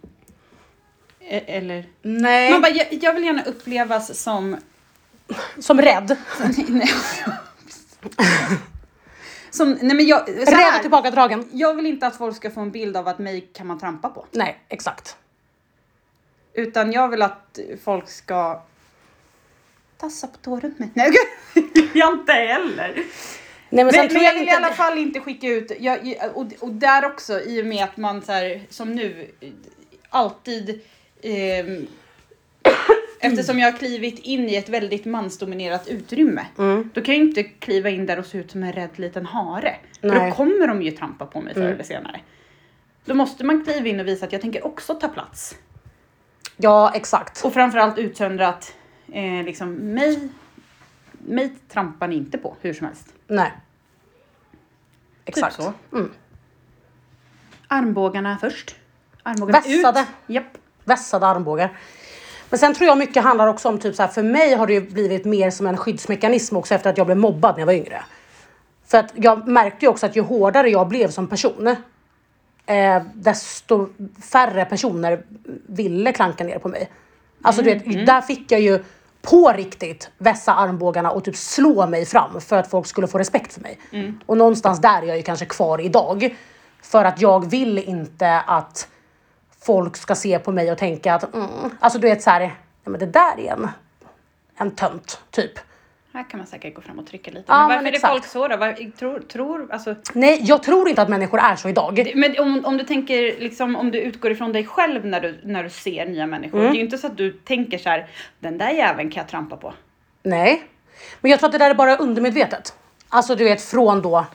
Speaker 2: E- Eller?
Speaker 1: Nej.
Speaker 2: Man bara, jag, jag vill gärna upplevas som...
Speaker 1: Som rädd.
Speaker 2: Nej. som nej men jag, så
Speaker 1: Rädd och
Speaker 2: här,
Speaker 1: tillbakadragen.
Speaker 2: jag vill inte att folk ska få en bild av att mig kan man trampa på.
Speaker 1: Nej, exakt.
Speaker 2: Utan jag vill att folk ska tassa på tår runt mig. Nej, gud. jag inte heller.
Speaker 1: Nej, men,
Speaker 2: Men,
Speaker 1: sen
Speaker 2: men,
Speaker 1: tror jag,
Speaker 2: jag vill i
Speaker 1: inte...
Speaker 2: alla fall inte skicka ut, jag, och, och där också i och med att man så här, som nu alltid ehm, Eftersom jag har klivit in i ett väldigt mansdominerat utrymme.
Speaker 1: Mm.
Speaker 2: Då kan jag ju inte kliva in där och se ut som en rädd liten hare. För
Speaker 1: Nej. Mm.
Speaker 2: då kommer de ju trampa på mig förr eller senare. Då måste man kliva in och visa att jag tänker också ta plats.
Speaker 1: Ja, exakt.
Speaker 2: Och framförallt utsöndra att eh, liksom, mig, mig trampar ni inte på hur som helst.
Speaker 1: Nej. Exakt.
Speaker 2: Typ så.
Speaker 1: Mm.
Speaker 2: Armbågarna först. Armbågarna
Speaker 1: Vässade.
Speaker 2: ut. Japp.
Speaker 1: Vässade armbågar. Men sen tror jag mycket handlar också om typ så här, för mig har det ju blivit mer som en skyddsmekanism också efter att jag blev mobbad när jag var yngre. För att jag märkte ju också att ju hårdare jag blev som person, eh, desto färre personer ville klanka ner på mig. Alltså du vet, där fick jag ju på riktigt vässa armbågarna och typ slå mig fram för att folk skulle få respekt för mig. Och någonstans där är jag ju kanske kvar idag. För att jag vill inte att folk ska se på mig och tänka att, mm, alltså du vet så här, ja, men det där är en, en tönt, typ.
Speaker 2: Här kan man säkert gå fram och trycka lite.
Speaker 1: Ja,
Speaker 2: men varför
Speaker 1: men
Speaker 2: är
Speaker 1: exakt.
Speaker 2: folk så då? Var, tror, tror, alltså,
Speaker 1: Nej, jag tror inte att människor är så idag.
Speaker 2: det- men om, om du tänker liksom, om du utgår ifrån dig själv när du, när du ser nya människor.
Speaker 1: Mm.
Speaker 2: Det är ju inte så att du tänker så här, den där jäveln kan jag trampa på.
Speaker 1: Nej. Men jag tror att det där är bara undermedvetet. Alltså du vet från då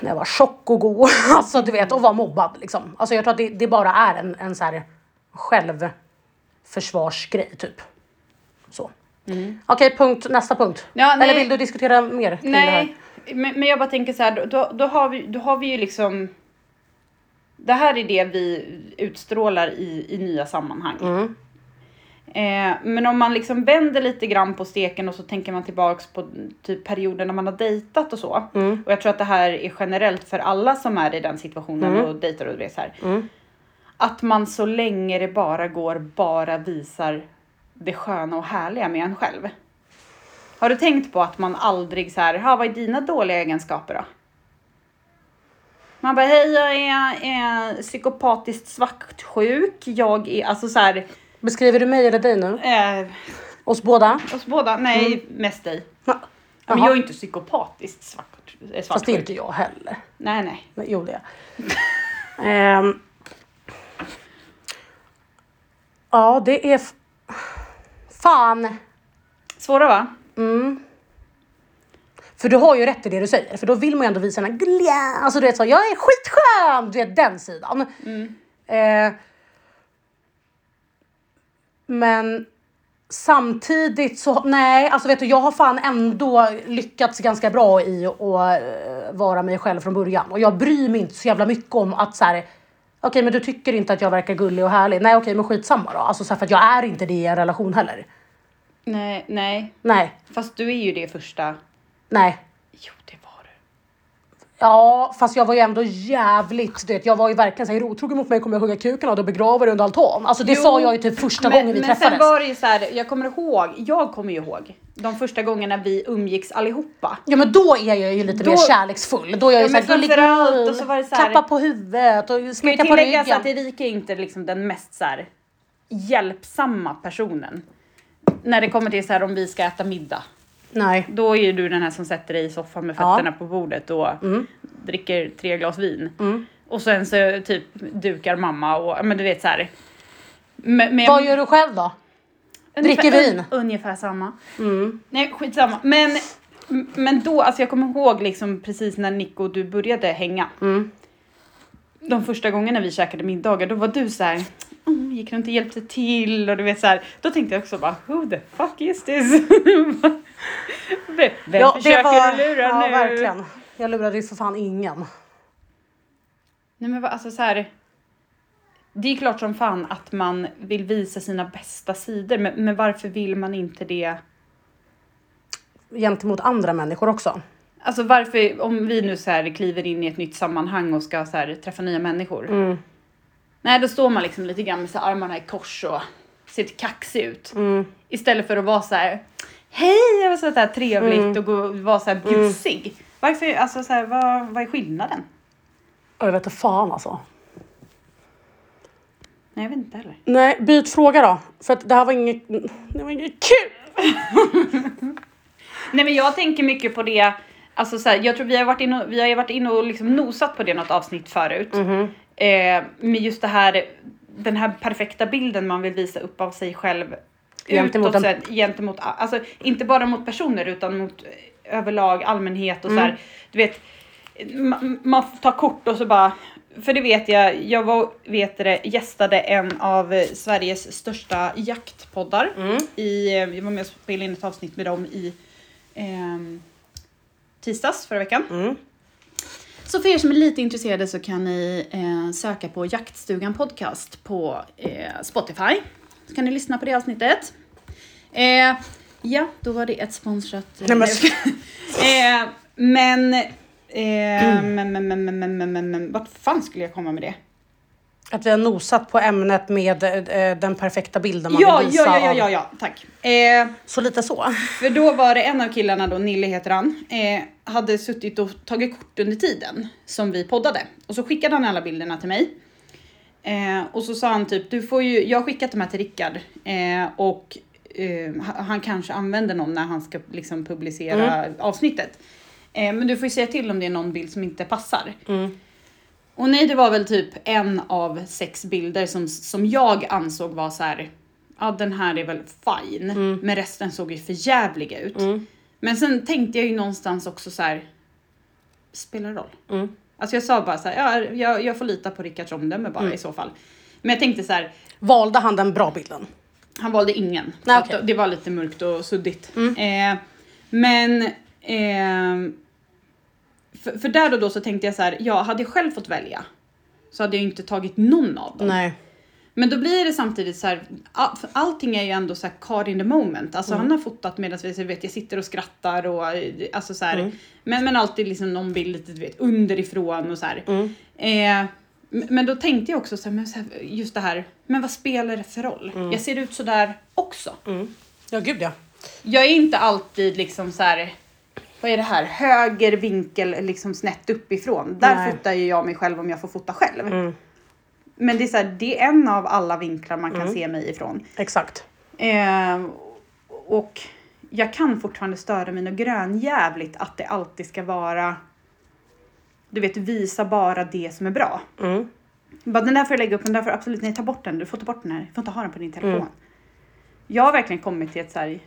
Speaker 1: när jag var tjock och god, alltså du vet och var mobbad liksom. Alltså jag tror att det, det bara är en, en så här självförsvarsgrej typ. Så. Okej, punkt, nästa punkt.
Speaker 2: Mm. Ja, nej.
Speaker 1: Eller vill du diskutera mer kring det här?
Speaker 2: Nej, men, men jag bara tänker så här, då- då, då, har vi, då har vi ju liksom... Det här är det vi utstrålar i, i nya sammanhang.
Speaker 1: Mm.
Speaker 2: Eh, men om man liksom vänder lite grann på steken och så tänker man tillbaks på typ perioden när man har dejtat och så.
Speaker 1: Mm.
Speaker 2: Och jag tror att det här är generellt för alla som är i den situationen
Speaker 1: Mm.
Speaker 2: och dejtar och det så här. Att man så länge det bara går bara visar det sköna och härliga med en själv. Har du tänkt på att man aldrig så här, "Ha, vad är dina dåliga egenskaper då? Man bara, hej jag är, är psykopatiskt svartsjuk, jag är alltså så här,
Speaker 1: Beskriver du mig eller dig nu?
Speaker 2: eh,
Speaker 1: Oss båda?
Speaker 2: oss båda, nej mest dig.
Speaker 1: Ja. Mm. Jaha.
Speaker 2: Men jag är inte psykopatiskt svart, eh, svartsjuk.
Speaker 1: Fast det är inte jag heller.
Speaker 2: Nej nej.
Speaker 1: Nej, jo det är jag. Ehm. Ja, det är... f- Fan!
Speaker 2: Svåra va?
Speaker 1: Mm. För du har ju rätt i det du säger, för då vill man ju ändå visa den här glia, alltså du vet så, jag är skitskön! Du vet den sidan. Eh, men samtidigt så, nej, alltså vet du, jag har fan ändå lyckats ganska bra i att eh, vara mig själv från början. Och jag bryr mig inte så jävla mycket om att så här, Okej, men du tycker inte att jag verkar gullig och härlig? Nej, okej, men skitsamma då. Alltså så här, för att jag är inte det i en relation heller.
Speaker 2: Nej, nej.
Speaker 1: Nej,
Speaker 2: Fast du är ju det första.
Speaker 1: nej.
Speaker 2: Jo, det var du.
Speaker 1: Ja, fast jag var ju ändå jävligt, du vet, jag var ju verkligen såhär, är du otrogen mot mig kommer jag hugga kuken av dig och begrava dig under altan. Alltså det
Speaker 2: Jo,
Speaker 1: sa jag ju typ första
Speaker 2: men,
Speaker 1: gången vi
Speaker 2: men
Speaker 1: träffades.
Speaker 2: sen var det ju så här, jag kommer ihåg, jag kommer ju ihåg de första gångerna vi umgicks allihopa.
Speaker 1: Ja men då är jag ju lite
Speaker 2: Då-
Speaker 1: mer kärleksfull. Då är jag
Speaker 2: Ja,
Speaker 1: ju
Speaker 2: men
Speaker 1: såhär gullig
Speaker 2: framförallt,
Speaker 1: gull,
Speaker 2: och så var det så här-
Speaker 1: klappa på huvudet och
Speaker 2: Ska ju
Speaker 1: smeka på ryggen.
Speaker 2: tilläggas att Erika är inte liksom den mest så här, hjälpsamma personen. När det kommer till så här, om vi ska äta middag.
Speaker 1: Nej.
Speaker 2: Då är ju du den här som sätter dig i soffan med
Speaker 1: Ja. Mm.
Speaker 2: fötterna på bordet och dricker tre glas vin. Och sen så typ dukar mamma och ja, men du vet så här. Men, men,
Speaker 1: Vad gör du själv då?
Speaker 2: ungefär-
Speaker 1: dricker vin?
Speaker 2: un- Ungefär samma. Nej, skitsamma. Men, m- men då, alltså jag kommer ihåg liksom precis när Nico och du började hänga. De första gångerna vi käkade middagar, då var du så här. "Mm, gick runt och hjälpte till och du vet så här. Då tänkte jag också bara, who the fuck is this? Vem vem försöker du lura
Speaker 1: ja,
Speaker 2: nu?
Speaker 1: verkligen. Jag lurade ju för fan ingen.
Speaker 2: Nej men vad- alltså så här. Det är klart som fan att man vill visa sina bästa sidor, men, men varför vill man inte det?
Speaker 1: Gentemot andra människor också.
Speaker 2: Alltså varför, om vi nu så här kliver in i ett nytt sammanhang och ska så här träffa nya människor.
Speaker 1: Mm.
Speaker 2: Nej, då står man liksom lite grann med så här armarna i kors och ser lite kaxig ut.
Speaker 1: Mm.
Speaker 2: Istället för att vara så här, hej, jag var så här trevligt
Speaker 1: Mm.
Speaker 2: och gå, vara så här bjussig. Varför, alltså så här, vad, vad är skillnaden?
Speaker 1: Ja, Jag vet inte fan alltså.
Speaker 2: Nej, jag vet inte heller.
Speaker 1: Nej, byt fråga då. För att det här var inget, det var inget kul.
Speaker 2: Nej men jag tänker mycket på det, alltså så här, jag tror vi har varit inne och, vi har ju varit inne och liksom nosat på det något avsnitt förut.
Speaker 1: Mhm.
Speaker 2: Eh, med just det här, den här perfekta bilden man vill visa upp av sig själv
Speaker 1: Gentemot
Speaker 2: utåt
Speaker 1: en-
Speaker 2: sett, gentemot, alltså inte bara mot personer utan mot eh, överlag allmänhet och så
Speaker 1: Mm.
Speaker 2: här, du vet, man, man tar kort och så bara, för det vet jag, jag var, vet det, gästade en av eh, Sveriges största jaktpoddar.
Speaker 1: Mm.
Speaker 2: I, eh, jag var med och spelade in ett avsnitt med dem i ehm, tisdags förra veckan.
Speaker 1: Mm.
Speaker 2: Så för er som är lite intresserade så kan ni eh, söka på Jaktstugan podcast på eh, Spotify. Så kan ni lyssna på det avsnittet. Eh, ja, då var det ett sponsrat...
Speaker 1: Nej, men-
Speaker 2: eh, men, eh, men, men, men, men, men, men, men, men, vart fan skulle jag komma med det?
Speaker 1: Att vi har nosat på ämnet med eh, den perfekta bilden man
Speaker 2: Ja,
Speaker 1: vill visa.
Speaker 2: ja, ja, ja,
Speaker 1: av-
Speaker 2: ja, ja, tack. Eh,
Speaker 1: Så lite så.
Speaker 2: För då var det en av killarna då, Nille heter han, eh, hade suttit och tagit kort under tiden som vi poddade. Och så skickade han alla bilderna till mig. Eh, och så sa han typ, du får ju, jag har skickat de här till Rickard eh, och eh, ha- han kanske använder någon när han ska liksom publicera avsnittet. Eh, men du får ju säga till om det är någon bild som inte passar. Och nej, det var väl typ en av sex bilder som, som jag ansåg var så här. Ja, den här är väl fine, men resten såg ju för jävliga ut. Men sen tänkte jag ju någonstans också så här. Spelar roll.
Speaker 1: Mm.
Speaker 2: Alltså jag sa bara så här, ja, jag, jag får lita på Rickards omdöme bara i så fall. Men jag tänkte så här,
Speaker 1: Valde han den bra bilden?
Speaker 2: han valde ingen.
Speaker 1: Nej,
Speaker 2: så
Speaker 1: okej. Mm.
Speaker 2: att det var lite mörkt och suddigt. Eh, men ehm, för, för där och då så tänkte jag så här, ja, hade jag själv fått välja så hade jag ju inte tagit någon av dem.
Speaker 1: Nej.
Speaker 2: Men då blir det samtidigt så här, all, för allting är ju ändå så här card in the moment. Alltså han har fotat medan vi, så vet, jag sitter och skrattar och eh, alltså så här. Men, men alltid liksom någon bild lite du vet, underifrån och så här. Eh, m- men då tänkte jag också så här, men så här, just det här, men vad spelar det för roll? Jag ser ut så där också.
Speaker 1: Ja, gud ja.
Speaker 2: Jag är inte alltid liksom så här, vad är det här, höger vinkel liksom snett uppifrån. Där
Speaker 1: Nej.
Speaker 2: fotar ju jag mig själv om jag får fota själv.
Speaker 1: Mm.
Speaker 2: Men det är, så här, det är en av alla vinklar man kan se mig ifrån.
Speaker 1: Exakt.
Speaker 2: Eh, och jag kan fortfarande störa mig något grönjävligt att det alltid ska vara, du vet, visa bara det som är bra.
Speaker 1: Mm.
Speaker 2: Bara, den där får du lägga upp, den där får du absolut, nej ta bort den, du får ta bort den här, du får inte ha den på din
Speaker 1: Mm.
Speaker 2: telefon. Jag har verkligen kommit till ett så här,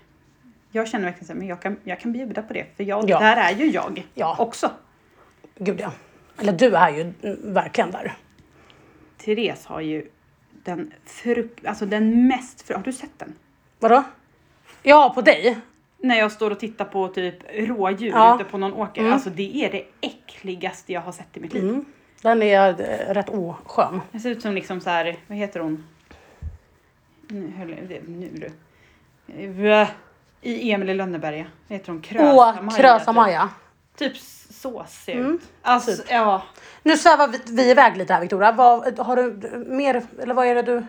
Speaker 2: jag känner verkligen så här, men jag kan, jag kan bjuda på det, för jag,
Speaker 1: Ja.
Speaker 2: där är ju jag
Speaker 1: Ja.
Speaker 2: också.
Speaker 1: Gud ja. Eller du är ju mm, verkligen där.
Speaker 2: Therese har ju den fruk- alltså den mest, fru- har du sett den?
Speaker 1: Vadå? Ja, på dig?
Speaker 2: När jag står och tittar på typ rådjur
Speaker 1: Ja. Mm.
Speaker 2: ute på någon åker, alltså det är det äckligaste jag har sett i mitt liv.
Speaker 1: Den är eh, rätt oskön.
Speaker 2: Jag ser ut som liksom så här, vad heter hon? Nu höll jag, det- nu du. Eh, vö. I Emil i Lönneberga. Vad heter hon?
Speaker 1: Åh,
Speaker 2: Krösa-Maja. typ.
Speaker 1: Krösa-Maja. Mm, typ.
Speaker 2: Typ så ser det ut. Alltså, ja.
Speaker 1: Nu svävar vi, vi iväg lite här Victoria. Vad, har du mer, eller vad är det du...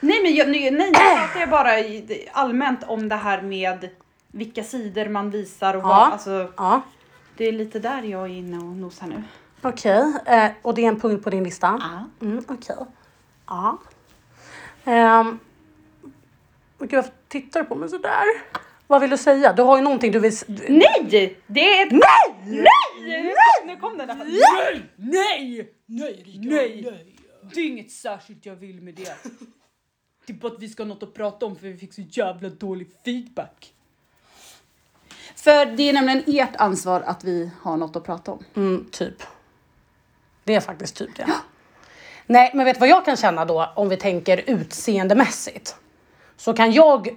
Speaker 2: Nej men jag, nej, nej, nu pratar jag bara i- allmänt om det här med vilka sidor man visar och vad.
Speaker 1: Ja.
Speaker 2: Alltså,
Speaker 1: Ja,
Speaker 2: det är lite där jag är inne och nosar nu.
Speaker 1: okej. Eh, och det är en punkt på din lista?
Speaker 2: Ja.
Speaker 1: Mm, okej. Ja. Ehm, gud, varför tittar du på mig sådär? Vad vill du säga? Du har ju någonting du vill... s- Du,
Speaker 2: Nej! Det är ett...
Speaker 1: nej!
Speaker 2: Nej! Nu kom den där.
Speaker 1: Nej!
Speaker 2: Nej! Nej, Rika, nej! Det är inget särskilt jag vill med det. Det är bara att vi ska ha något att prata om för vi fick så jävla dålig feedback. För det är nämligen ert ansvar att vi har något att prata om.
Speaker 1: Mm, typ. Det är faktiskt typ det. Nej, men vet du vad jag kan känna då om vi tänker utseendemässigt? Så kan jag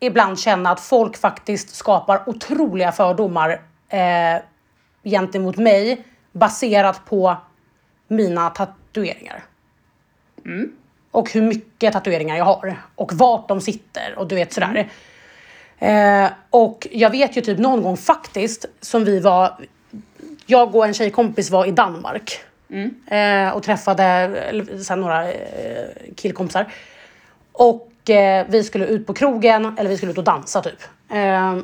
Speaker 1: ibland känna att folk faktiskt skapar otroliga fördomar eh, gentemot mig baserat på mina tatueringar. Och hur mycket tatueringar jag har och vart de sitter och du vet sådär. Eh, och jag vet ju typ någon gång faktiskt som vi var, jag och en tjejkompis var i Danmark eh, och träffade eller, så här, några eh, killkompisar. Och eh, vi skulle ut på krogen, eller vi skulle ut och dansa typ. Eh,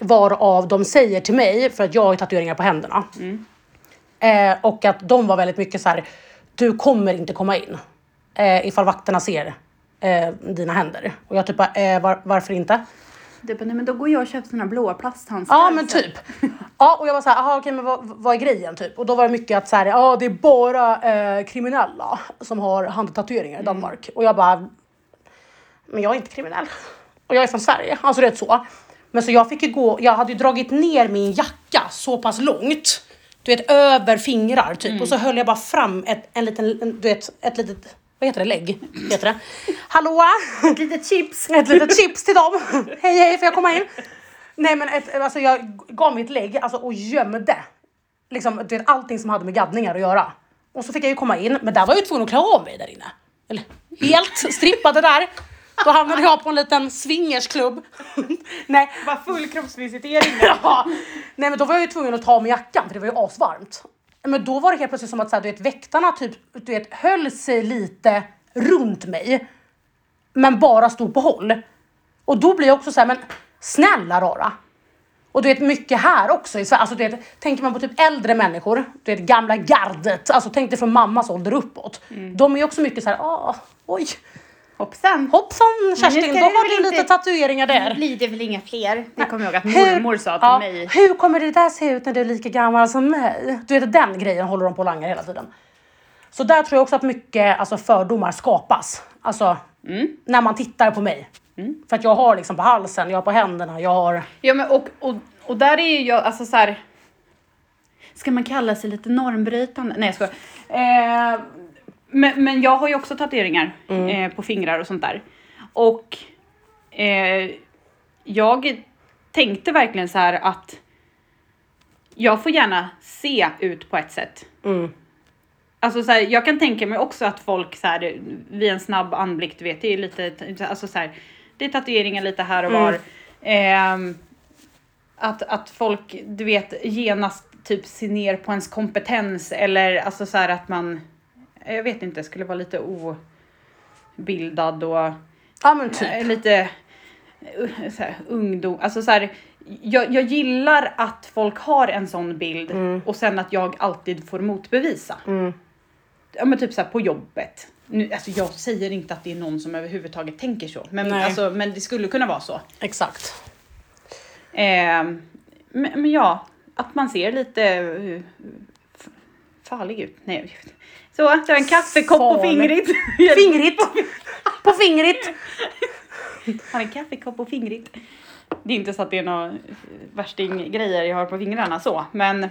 Speaker 1: varav de säger till mig, för att jag har ju tatueringar på händerna. Eh, och att de var väldigt mycket så här, du kommer inte komma in eh, ifall vakterna ser eh, dina händer. Och jag typ bara, eh, var, varför inte?
Speaker 2: Du bara, nej men då går jag och köper såna blåa plasthandskar.
Speaker 1: Ja men typ. Ja och jag var såhär, aha okej men vad, vad är grejen typ? Och då var det mycket att såhär, ja det är bara eh, kriminella som har handtatueringar i Danmark. Och jag bara, men jag är inte kriminell. Och jag är från Sverige, alltså det är så. Men så jag fick ju gå, jag hade ju dragit ner min jacka så pass långt. Du vet över fingrar typ. Och så höll jag bara fram ett, en liten, en, du vet, ett litet, vad heter det, lägg? Heter det. Hallå?
Speaker 2: Ett litet chips.
Speaker 1: Ett litet chips till dem. Hej hej, får jag komma in? Nej men ett, alltså jag gav mitt lägg alltså, och gömde liksom, du vet, allting som hade med gaddningar att göra. Och så fick jag ju komma in, men där var jag ju tvungen att klä av mig där inne. Eller helt strippade där. Då hamnade jag på en liten swingersklubb. Nej,
Speaker 2: Bara full kroppsvisitering.
Speaker 1: Ja. Nej men då var jag ju tvungen att ta av mig jackan för det var ju asvarmt. Men då var det helt plötsligt som att så här, du vet, väktarna typ, du vet, höll sig lite runt mig. Men bara stod på håll. Och då blir jag också så här, men snälla rara. Och du vet mycket här också i Sverige, alltså du vet, tänker man på typ äldre människor, du vet gamla gardet, alltså tänk dig från mammas ålder uppåt.
Speaker 2: Mm.
Speaker 1: De är ju också mycket så här, ah, oj,
Speaker 2: Hoppsan.
Speaker 1: hoppsan
Speaker 2: ska
Speaker 1: Kerstin, då
Speaker 2: du
Speaker 1: har
Speaker 2: väl
Speaker 1: du lite
Speaker 2: inte-
Speaker 1: tatueringar där.
Speaker 2: blir det väl inga fler. Det kommer jag ihåg att
Speaker 1: Hur- ja, Hur kommer det där se ut när du är lika gammal som mig? Du vet den grejen håller de på och langar hela tiden. Så där tror jag också att mycket alltså, fördomar skapas. Alltså
Speaker 2: Mm.
Speaker 1: när man tittar på mig. För att jag har liksom på halsen, jag har på händerna, jag har...
Speaker 2: Ja men och, och, och där är ju jag, alltså så här. Ska man kalla sig lite normbrytande? Nej jag skojar. Eh, men, men jag har ju också tatueringar eh, på fingrar och sånt där. Och eh, jag tänkte verkligen så här att jag får gärna se ut på ett sätt. Alltså så här, jag kan tänka mig också att folk så här, vid en snabb anblick, du vet, det är lite, alltså så här, det är tatueringar lite här och var. Ehm, att, att folk, du vet, genast typ ser ner på ens kompetens eller alltså så här att man, jag vet inte, skulle vara lite obildad och
Speaker 1: Ja men typ.
Speaker 2: eh, lite eh, så här, ungdom, alltså så här, jag, jag gillar att folk har en sån bild och sen att jag alltid får motbevisa. Ja men typ så här på jobbet. Nu, alltså jag säger inte att det är någon som överhuvudtaget tänker så, men,
Speaker 1: Nej.
Speaker 2: alltså, men det skulle kunna vara så.
Speaker 1: Exakt.
Speaker 2: Ehm, men, men ja, att man ser lite eh, f- farlig ut. Nej, jag vet inte. Så, att jag har en kaffekopp på
Speaker 1: Farlig.
Speaker 2: fingret.
Speaker 1: Fingrigt! på fingret!
Speaker 2: Har en kaffekopp på fingret. Det är inte så att det är några värstinggrejer jag har på fingrarna så, men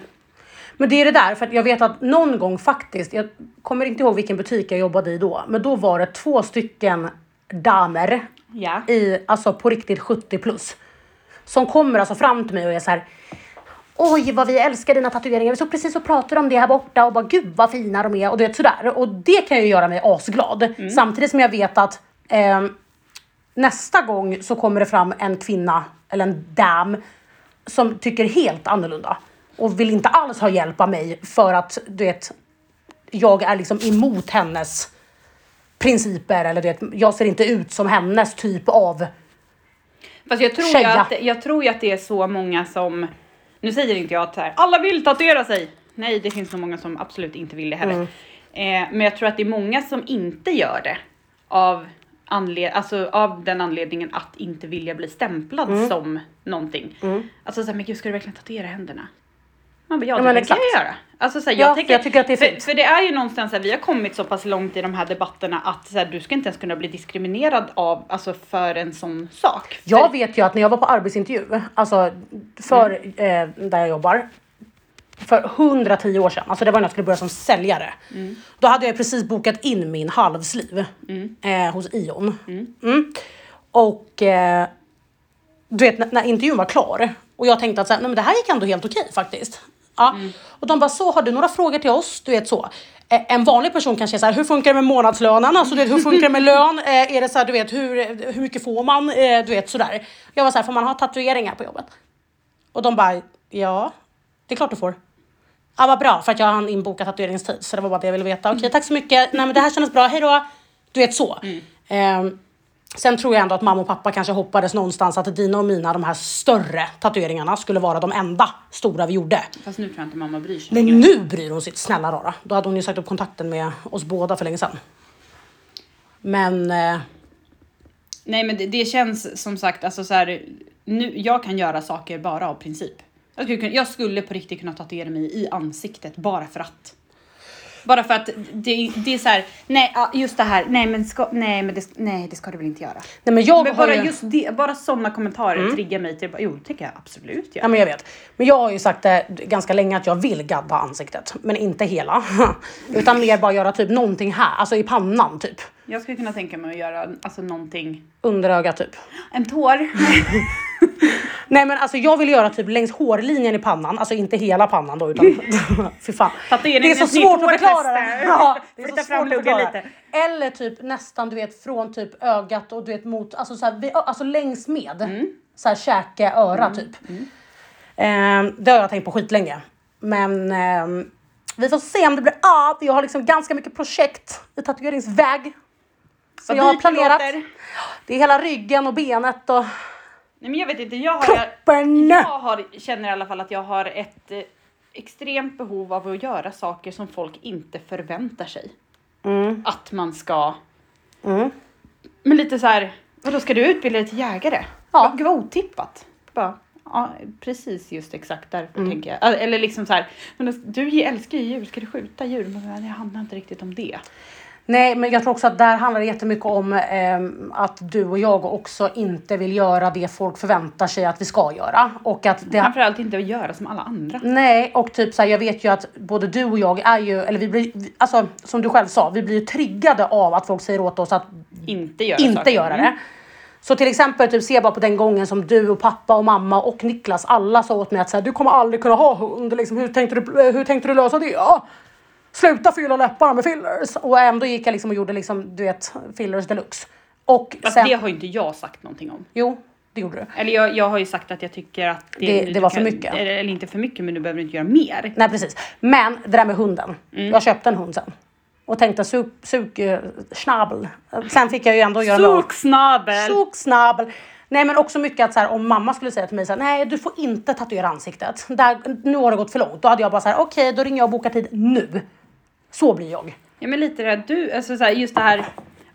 Speaker 1: Men det är det där, för att jag vet att någon gång faktiskt, jag kommer inte ihåg vilken butik jag jobbade i då, men då var det två stycken damer
Speaker 2: ja.
Speaker 1: i, alltså på riktigt 70 plus. Som kommer alltså fram till mig och är så här. Oj vad vi älskar dina tatueringar. Vi såg precis och pratade om det här borta och bara gud vad fina de är och du vet sådär. Och det kan ju göra mig asglad. Samtidigt som jag vet att ehm, nästa gång så kommer det fram en kvinna eller en dam som tycker helt annorlunda och vill inte alls ha hjälp av mig för att du vet, jag är liksom emot hennes principer eller du vet, jag ser inte ut som hennes typ av
Speaker 2: Fast jag tror, ju
Speaker 1: Tjeja.
Speaker 2: att, jag tror ju att det är så många som, nu säger inte jag att så här, alla vill tatuera sig. Nej, det finns nog många som absolut inte vill det heller.
Speaker 1: Mm.
Speaker 2: Eh, men jag tror att det är många som inte gör det av, anled- alltså, av den anledningen att inte vilja bli stämplad
Speaker 1: Mm.
Speaker 2: som någonting. Alltså såhär, men gud ska du verkligen tatuera händerna? Man bara, ja det
Speaker 1: men
Speaker 2: tänker jag
Speaker 1: exakt.
Speaker 2: göra. Alltså, så här,
Speaker 1: Ja,
Speaker 2: jag,
Speaker 1: för
Speaker 2: tänker,
Speaker 1: jag tycker att det är
Speaker 2: för,
Speaker 1: fint.
Speaker 2: för det är ju någonstans så här, vi har kommit så pass långt i de här debatterna att så här, du ska inte ens kunna bli diskriminerad av, alltså för en sån sak.
Speaker 1: Jag vet ju att när jag var på arbetsintervju, alltså för eh, där jag jobbar, för 110 år sedan, alltså det var när jag skulle börja som säljare. Då hade jag precis bokat in min halvsliv eh, hos Ion. Mm. Och eh, du vet när, när intervjun var klar och jag tänkte att så här, nej, men det här gick ändå helt okej faktiskt. Ja. Och de bara, så har du några frågor till oss? Du vet så. Eh, En vanlig person kanske är så här, hur funkar det med månadslönen? Alltså, du vet, hur funkar det med lön? Eh, är det så här, du vet, hur, hur mycket får man? Eh, du vet sådär. Jag var så här, får man ha tatueringar på jobbet? Och de bara, ja, det är klart du får. Ja, vad bra, för att jag hann inboka tatueringstid. Så det var bara det jag ville veta. Okej, tack så mycket. Nej, men det här kändes bra. Hej då. Du vet så.
Speaker 2: Mm.
Speaker 1: Ehm, sen tror jag ändå att mamma och pappa kanske hoppades någonstans att dina och mina, de här större tatueringarna, skulle vara de enda stora vi gjorde.
Speaker 2: Fast nu tror jag inte mamma bryr sig.
Speaker 1: Men nu bryr hon sig. Snälla rara. Då hade hon ju sagt upp kontakten med oss båda för länge sedan. Men... Eh,
Speaker 2: Nej men det, det känns som sagt, alltså så här, nu, jag kan göra saker bara av princip. Jag skulle, kunna- jag skulle på riktigt kunna tatuera mig i ansiktet bara för att. Bara för att det, det är så här, nej ja, just det här, nej men, ska, nej, men det, nej det ska du väl inte göra.
Speaker 1: nej, men jag
Speaker 2: Men
Speaker 1: har
Speaker 2: bara
Speaker 1: ju... Mm.
Speaker 2: just det, bara sådana kommentarer triggar mig till, jo det tänker jag absolut
Speaker 1: Ja,
Speaker 2: göra.
Speaker 1: men jag vet. Men jag har ju sagt det ganska länge att jag vill gadda ansiktet, men inte hela. Utan mer bara göra typ någonting här, alltså i pannan typ.
Speaker 2: Jag skulle kunna tänka mig att göra alltså någonting,
Speaker 1: Under ögat typ.
Speaker 2: en tår.
Speaker 1: Nej men alltså jag vill göra typ längs hårlinjen i pannan, alltså inte hela pannan då utan... Fy fan.
Speaker 2: Tatueringen
Speaker 1: Det är
Speaker 2: är
Speaker 1: så
Speaker 2: ett nytt
Speaker 1: svårt att
Speaker 2: hårfäste.
Speaker 1: förklara det. Ja, det är så
Speaker 2: Flytta
Speaker 1: svårt
Speaker 2: fram
Speaker 1: att
Speaker 2: luggen
Speaker 1: förklara.
Speaker 2: lite.
Speaker 1: Eller typ nästan du vet från typ ögat och du vet mot, alltså, så här, vi, alltså längs med.
Speaker 2: Mm.
Speaker 1: Så här käke, öra typ. Ehm, det har jag tänkt på skitlänge. Men ehm, vi får se om det blir av. Jag har liksom ganska mycket projekt i tatueringsväg. Så
Speaker 2: Vad
Speaker 1: jag har
Speaker 2: dyrt det
Speaker 1: planerat.
Speaker 2: låter.
Speaker 1: Det är hela ryggen och benet och
Speaker 2: Nej men jag vet inte, jag har...
Speaker 1: kroppen.
Speaker 2: Jag har, känner i alla fall att jag har ett eh, extremt behov av att göra saker som folk inte förväntar sig. Att man ska...
Speaker 1: Mm.
Speaker 2: Men lite så här, vadå ska du utbilda dig till jägare?
Speaker 1: Ja.
Speaker 2: Gud vad otippat. Bara, ja, precis just exakt därför
Speaker 1: Mm.
Speaker 2: tänker jag. Eller- Eller liksom så här, men du älskar ju djur, ska du skjuta djur? Men jag handlar inte riktigt om det.
Speaker 1: Nej, men jag tror också att där handlar det jättemycket om ehm, att du och jag också inte vill göra det folk förväntar sig att vi ska göra. Och att det,
Speaker 2: Framförallt inte att göra som alla andra.
Speaker 1: Nej, och typ så här, jag vet ju att både du och jag är ju, eller vi blir, vi- alltså som du själv sa, vi blir ju triggade av att folk säger åt oss att
Speaker 2: Inte göra
Speaker 1: Mm. inte
Speaker 2: saker. Mm.
Speaker 1: göra det. Så till exempel, typ, se bara på den gången som du och pappa och mamma och Niklas, alla sa åt mig att så här, du kommer aldrig kunna ha hund, liksom, hur, tänkte du, hur tänkte du lösa det? Ja. Sluta fylla läpparna med fillers! Och ändå gick jag liksom och gjorde liksom, du vet, fillers deluxe. Och
Speaker 2: Fast
Speaker 1: sen,
Speaker 2: det har ju inte jag sagt någonting om.
Speaker 1: jo, det gjorde du.
Speaker 2: Eller jag, jag har ju sagt att jag tycker att
Speaker 1: Det-
Speaker 2: du
Speaker 1: det var för mycket.
Speaker 2: Eller, eller inte för mycket, men du behöver inte göra mer.
Speaker 1: Nej precis. Men det där med hunden.
Speaker 2: Mm.
Speaker 1: Jag köpte en hund sen. Och tänkte suk, suk, eh, schnabel. Sen fick jag ju ändå göra mig av-
Speaker 2: Soksnabel!
Speaker 1: Tjock snabbel. Nej men också mycket att så här, om mamma skulle säga till mig så här, nej du får inte tatuera ansiktet. Där, nu har det gått för långt. Då hade jag bara så här, okej då ringer jag och bokar tid nu. Så blir jag.
Speaker 2: Ja, men lite det här, du, alltså så här, just det här.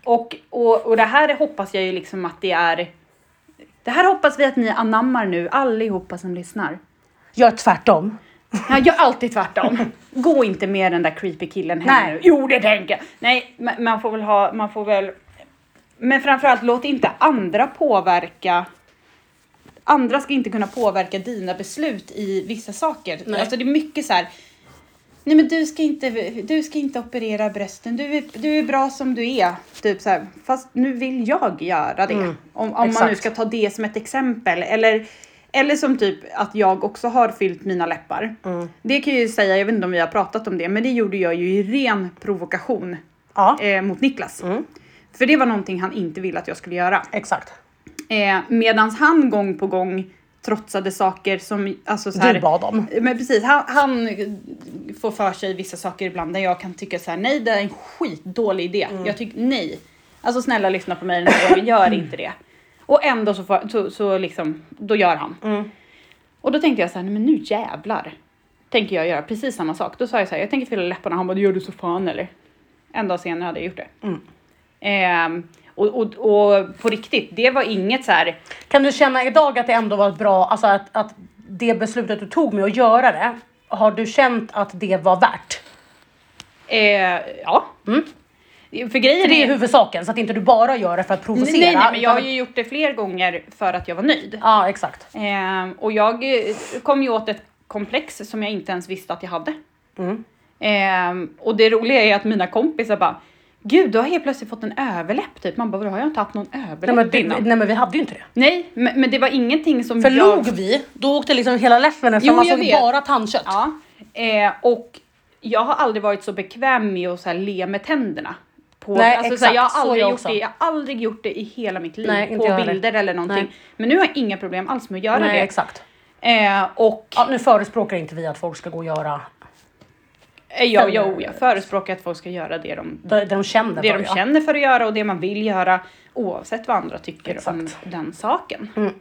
Speaker 2: Och, och, och det här hoppas jag ju liksom att det är. Det här hoppas vi att ni anammar nu, allihopa som lyssnar.
Speaker 1: Gör tvärtom.
Speaker 2: Jag gör alltid tvärtom. Gå inte med den där creepy killen hem
Speaker 1: Nej.
Speaker 2: nu. Jo, det tänker jag. Nej, men man får väl ha, man får väl. Men framförallt, låt inte andra påverka. Andra ska inte kunna påverka dina beslut i vissa saker.
Speaker 1: Nej.
Speaker 2: Alltså det är mycket så här. Nej men du ska inte, du ska inte operera brösten, du är, du är bra som du är. Typ så här, fast nu vill jag göra det. om om man
Speaker 1: Mm, exakt.
Speaker 2: nu ska ta det som ett exempel. Eller Eller som typ att jag också har fyllt mina läppar.
Speaker 1: Mm.
Speaker 2: Det kan jag ju säga, jag vet inte om vi har pratat om det, men det gjorde jag ju i ren provokation
Speaker 1: Ja, Mm.
Speaker 2: eh, mot Niklas. För det var någonting han inte ville att jag skulle göra.
Speaker 1: exakt.
Speaker 2: Eh, Medan han gång på gång trotsade saker som... Alltså så här,
Speaker 1: Du bad om.
Speaker 2: Men precis, han, han får för sig vissa saker ibland där jag kan tycka så här: nej det är en skitdålig idé.
Speaker 1: Mm.
Speaker 2: Jag tycker nej. Alltså snälla lyssna på mig den här gången, gör inte det. Och ändå så, får, så, så liksom, då gör han. Och då tänkte jag så här, nej men nu jävlar. Tänker jag göra precis samma sak. Då sa jag så här, jag tänker fylla läpparna. Han bara, det gör du så fan eller? En dag senare hade jag gjort det.
Speaker 1: Mm.
Speaker 2: Ehm, och, och, och på riktigt, det var inget så här,
Speaker 1: Kan du känna idag att det ändå var ett bra, alltså att, att det beslutet du tog med att göra det, har du känt att det var värt?
Speaker 2: eh, ja. För grejen
Speaker 1: Mm. För det är huvudsaken, så att inte du bara gör det för att provocera.
Speaker 2: Nej, nej, nej, men jag har
Speaker 1: utan-
Speaker 2: ju gjort det fler gånger för att jag var nöjd.
Speaker 1: Ja, exakt.
Speaker 2: Ehm, och jag eh, kom ju åt ett komplex som jag inte ens visste att jag hade.
Speaker 1: Mm.
Speaker 2: Ehm, och det roliga är att mina kompisar bara, gud du har helt plötsligt fått en överläpp typ. Man bara, vadå har jag inte haft någon
Speaker 1: Nej
Speaker 2: överläpp
Speaker 1: men, det,
Speaker 2: innan?
Speaker 1: nej men vi hade ju inte det.
Speaker 2: Nej, men, men det var ingenting som
Speaker 1: För
Speaker 2: jag...
Speaker 1: log vi, då åkte liksom hela läppen eftersom
Speaker 2: Jo,
Speaker 1: man
Speaker 2: jag
Speaker 1: såg
Speaker 2: vet.
Speaker 1: bara tandkött.
Speaker 2: Ja. Eh, och jag har aldrig varit så bekväm med att så här, le med tänderna. På, alltså,
Speaker 1: Nej,
Speaker 2: så här, jag,
Speaker 1: exakt. Så
Speaker 2: har aldrig
Speaker 1: jag
Speaker 2: gjort
Speaker 1: också.
Speaker 2: det, jag har aldrig gjort det i hela mitt liv
Speaker 1: Nej, inte jag
Speaker 2: på
Speaker 1: heller.
Speaker 2: bilder eller någonting.
Speaker 1: Nej.
Speaker 2: Men nu har jag inga problem alls med att göra
Speaker 1: Nej
Speaker 2: det.
Speaker 1: exakt.
Speaker 2: Eh, och
Speaker 1: Ja, nu förespråkar inte vi att folk ska gå och göra
Speaker 2: eh, jag, jag, jag förespråkar att folk ska göra det de,
Speaker 1: det det de känner
Speaker 2: det
Speaker 1: för.
Speaker 2: de
Speaker 1: ja.
Speaker 2: känner för att göra och det man vill göra oavsett vad andra tycker
Speaker 1: Exakt. Mm.
Speaker 2: om den saken.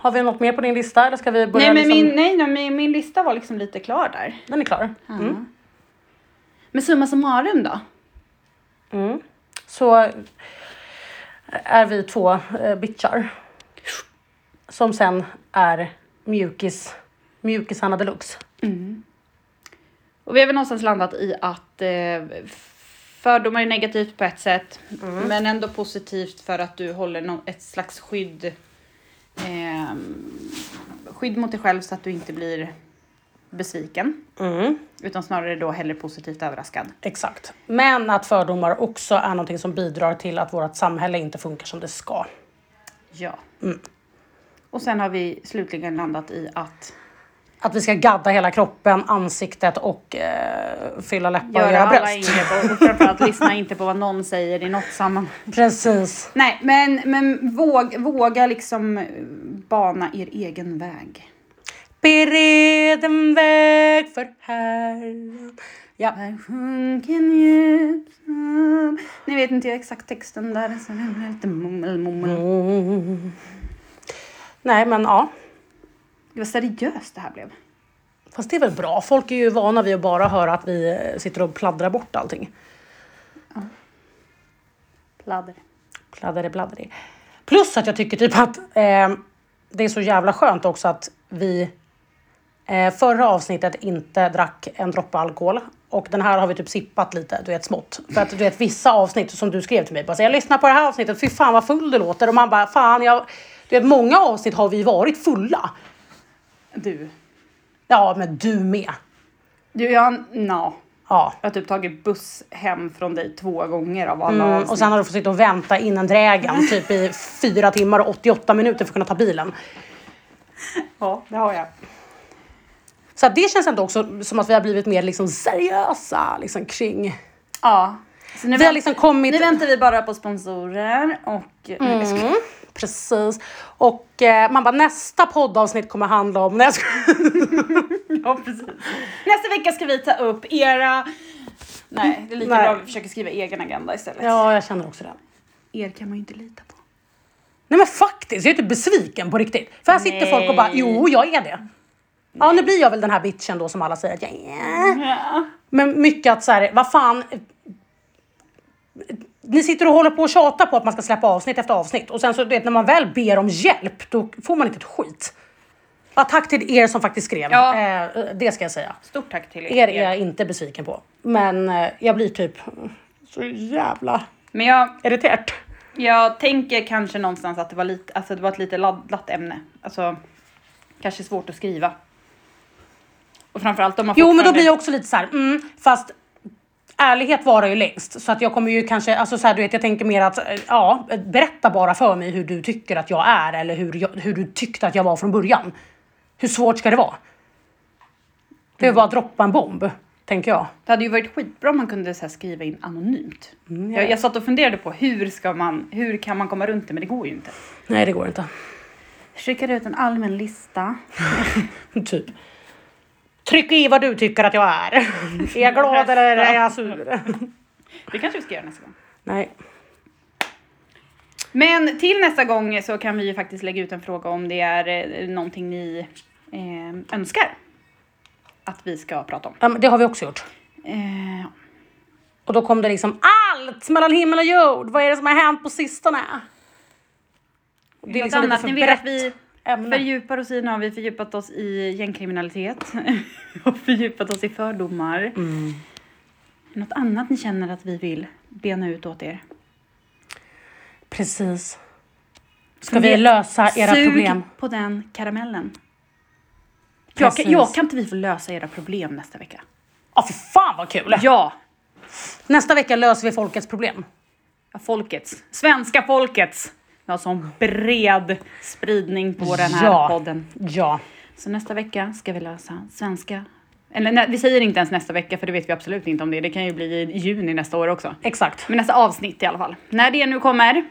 Speaker 1: Har vi något mer på din lista eller ska vi börja?
Speaker 2: Nej, men
Speaker 1: liksom...
Speaker 2: min, nej, nej, min, min lista var liksom lite klar där.
Speaker 1: Den är klar.
Speaker 2: Ja. Men summa summarum då?
Speaker 1: Mm. Så är vi två eh, bitchar. Som sen är mjukis, mjukisarna deluxe.
Speaker 2: Och vi har väl någonstans landat i att eh, fördomar är negativt på ett sätt,
Speaker 1: Mm.
Speaker 2: men ändå positivt för att du håller nå- ett slags skydd, ehm, skydd mot dig själv så att du inte blir besviken, utan snarare då hellre positivt överraskad.
Speaker 1: Exakt. Men att fördomar också är någonting som bidrar till att vårt samhälle inte funkar som det ska.
Speaker 2: Ja.
Speaker 1: Mm.
Speaker 2: Och sen har vi slutligen landat i att
Speaker 1: Att vi ska gadda hela kroppen, ansiktet och eh, fylla läppar
Speaker 2: göra,
Speaker 1: och göra
Speaker 2: alla
Speaker 1: bröst.
Speaker 2: ingrepp och framförallt lyssna inte på vad någon säger i något sammanhang.
Speaker 1: Precis.
Speaker 2: Nej, men, men våg, våga liksom eh, bana er egen väg.
Speaker 1: Bered en väg för Herren. Ja.
Speaker 2: Här sjunken djup som... Ni vet inte jag exakt texten där, så det blir lite mummel, mummel.
Speaker 1: Mm. Nej men ja.
Speaker 2: Gud, Vad seriöst det här blev.
Speaker 1: Fast det är väl bra. Folk är ju vana vid att bara höra att vi eh, sitter och pladdrar bort allting.
Speaker 2: Pladder.
Speaker 1: Pladdare bladdare. Plus att jag tycker typ att eh, det är så jävla skönt också att vi eh, förra avsnittet inte drack en droppe alkohol och den här har vi typ sippat lite, du vet smått. För att du vet vissa avsnitt som du skrev till mig, bara så, jag lyssnar på det här avsnittet, fy fan vad full du låter och man bara fan jag, du vet många avsnitt har vi varit fulla.
Speaker 2: Du.
Speaker 1: Ja men du med.
Speaker 2: Du, jag, no.
Speaker 1: Ja.
Speaker 2: jag har typ tagit buss hem från dig två gånger av alla
Speaker 1: Mm,
Speaker 2: avsnitt.
Speaker 1: och sen har du fått sitta och vänta innan drägen typ i fyra timmar och 88 minuter för att kunna ta bilen.
Speaker 2: Ja, det har jag.
Speaker 1: Så att det känns ändå också som att vi har blivit mer liksom seriösa liksom, kring...
Speaker 2: Ja. Så nu,
Speaker 1: Vi har
Speaker 2: vänt-
Speaker 1: liksom kommit...
Speaker 2: nu väntar vi bara på sponsorer och...
Speaker 1: Mm, precis. Och eh, man bara nästa poddavsnitt kommer handla om... Nej, jag skojar.
Speaker 2: Ja, precis. Nästa vecka ska vi ta upp era... Nej, det är lika
Speaker 1: Nej.
Speaker 2: bra att vi försöker skriva egen agenda istället.
Speaker 1: ja, jag känner också det.
Speaker 2: Er kan man ju inte lita på.
Speaker 1: Nej men faktiskt, jag är typ besviken på riktigt. För här sitter folk och bara,
Speaker 2: Nej.
Speaker 1: jo jag är det. Ja nu blir jag väl den här bitchen då som alla säger att jag är. Men mycket att så här, vad fan. Ni sitter och håller på och tjatar på att man ska släppa avsnitt efter avsnitt och sen så du vet när man väl ber om hjälp då får man inte ett skit. Ja, tack till er som faktiskt skrev.
Speaker 2: Ja.
Speaker 1: Eh, det ska jag säga.
Speaker 2: Stort tack till
Speaker 1: Er
Speaker 2: er.
Speaker 1: är jag inte besviken på. Men eh, jag blir typ så jävla
Speaker 2: Men jag,
Speaker 1: irriterad.
Speaker 2: jag tänker kanske någonstans att det var, lite, alltså det var ett lite laddat ämne. Alltså, kanske svårt att skriva. Och framförallt om man
Speaker 1: Jo, men då
Speaker 2: fortfarande-
Speaker 1: blir jag också lite så här, mm, fast ärlighet varar ju längst. Så att jag kommer ju kanske, alltså så här, du vet, jag tänker mer att eh, ja, berätta bara för mig hur du tycker att jag är eller hur, jag, hur du tyckte att jag var från början. Hur svårt ska det vara? Det är bara att droppa en bomb, tänker jag.
Speaker 2: Det hade ju varit skitbra om man kunde så här, skriva in anonymt.
Speaker 1: Mm, jag
Speaker 2: jag, jag satt och funderade på hur, ska man, hur kan man komma runt det, men det går ju inte.
Speaker 1: Nej, det går inte.
Speaker 2: Skickade ut en allmän lista.
Speaker 1: Typ. Tryck i vad du tycker att jag är. Är jag glad eller är jag sur?
Speaker 2: Det kanske vi ska göra nästa gång.
Speaker 1: Nej.
Speaker 2: Men till nästa gång så kan vi ju faktiskt lägga ut en fråga om det är eh, någonting ni eh, önskar att vi ska prata om.
Speaker 1: Ja, men det har vi också gjort.
Speaker 2: Eh, ja.
Speaker 1: Och då kom det liksom allt mellan himmel och jord. Vad är det som har hänt på sistone? Och
Speaker 2: Något
Speaker 1: liksom lite
Speaker 2: annat
Speaker 1: för
Speaker 2: ni vill att
Speaker 1: brett
Speaker 2: vi
Speaker 1: ämne.
Speaker 2: fördjupar oss i. Nu har vi fördjupat oss i gängkriminalitet och fördjupat oss i fördomar.
Speaker 1: Mm.
Speaker 2: Något annat ni känner att vi vill bena ut åt er?
Speaker 1: Precis. Ska
Speaker 2: Men
Speaker 1: vi
Speaker 2: vi-
Speaker 1: lösa era
Speaker 2: Sug
Speaker 1: problem?
Speaker 2: på den karamellen. Jag kan,
Speaker 1: Precis.
Speaker 2: jag kan inte vi få lösa era problem nästa vecka?
Speaker 1: Ja, för fan vad kul!
Speaker 2: Ja,
Speaker 1: Nästa vecka löser vi folkets problem.
Speaker 2: folkets. Svenska folkets. Vi har sån bred spridning på den här
Speaker 1: Ja.
Speaker 2: podden.
Speaker 1: Ja.
Speaker 2: Så nästa vecka ska vi lösa svenska... Eller nej, vi säger inte ens nästa vecka för det vet vi absolut inte om det är. Det kan ju bli i juni nästa år också.
Speaker 1: Exakt.
Speaker 2: Men nästa avsnitt i alla fall. När det nu kommer.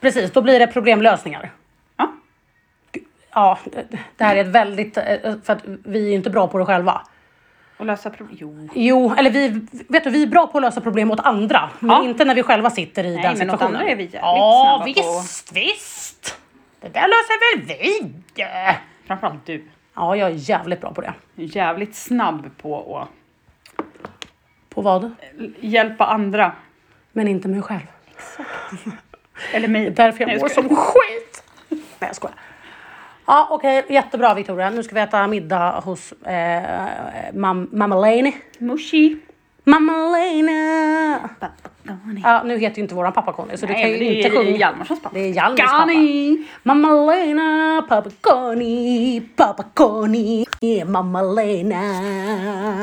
Speaker 1: Precis, då blir det problemlösningar.
Speaker 2: Ja.
Speaker 1: Ja, det här är ett väldigt... eh, För att vi är ju inte bra på det själva.
Speaker 2: Och lösa problem. Jo.
Speaker 1: Jo, eller vi, vet du, vi är bra på att lösa problem åt andra. Men
Speaker 2: Ja.
Speaker 1: inte när vi själva sitter i den
Speaker 2: Nej, men åt
Speaker 1: situationen.
Speaker 2: andra är vi jävligt
Speaker 1: Ja,
Speaker 2: snabba på-
Speaker 1: visst, visst. Det där löser väl vi.
Speaker 2: Framförallt du.
Speaker 1: Ja, jag är jävligt bra på det.
Speaker 2: Jävligt snabb på att
Speaker 1: På vad?
Speaker 2: hjälpa andra.
Speaker 1: Men inte mig själv.
Speaker 2: Eller mig.
Speaker 1: Det är därför
Speaker 2: Nej,
Speaker 1: jag mår
Speaker 2: skojar.
Speaker 1: som skit. Nej, jag skojar. Ja, okej. Jättebra, Victoria. Nu ska vi äta middag hos eh, mam, mamma Lane.
Speaker 2: Mushi.
Speaker 1: Mamma Lane!
Speaker 2: Papagani.
Speaker 1: Ja, nu heter ju inte våran pappa Conny, så det kan ju
Speaker 2: det
Speaker 1: inte
Speaker 2: är
Speaker 1: sjunga.
Speaker 2: Hjalmarssons pappa.
Speaker 1: Det är Hjalmars pappa. Mamma Lena, pappa Conny, pappa Conny, yeah, mamma Lena.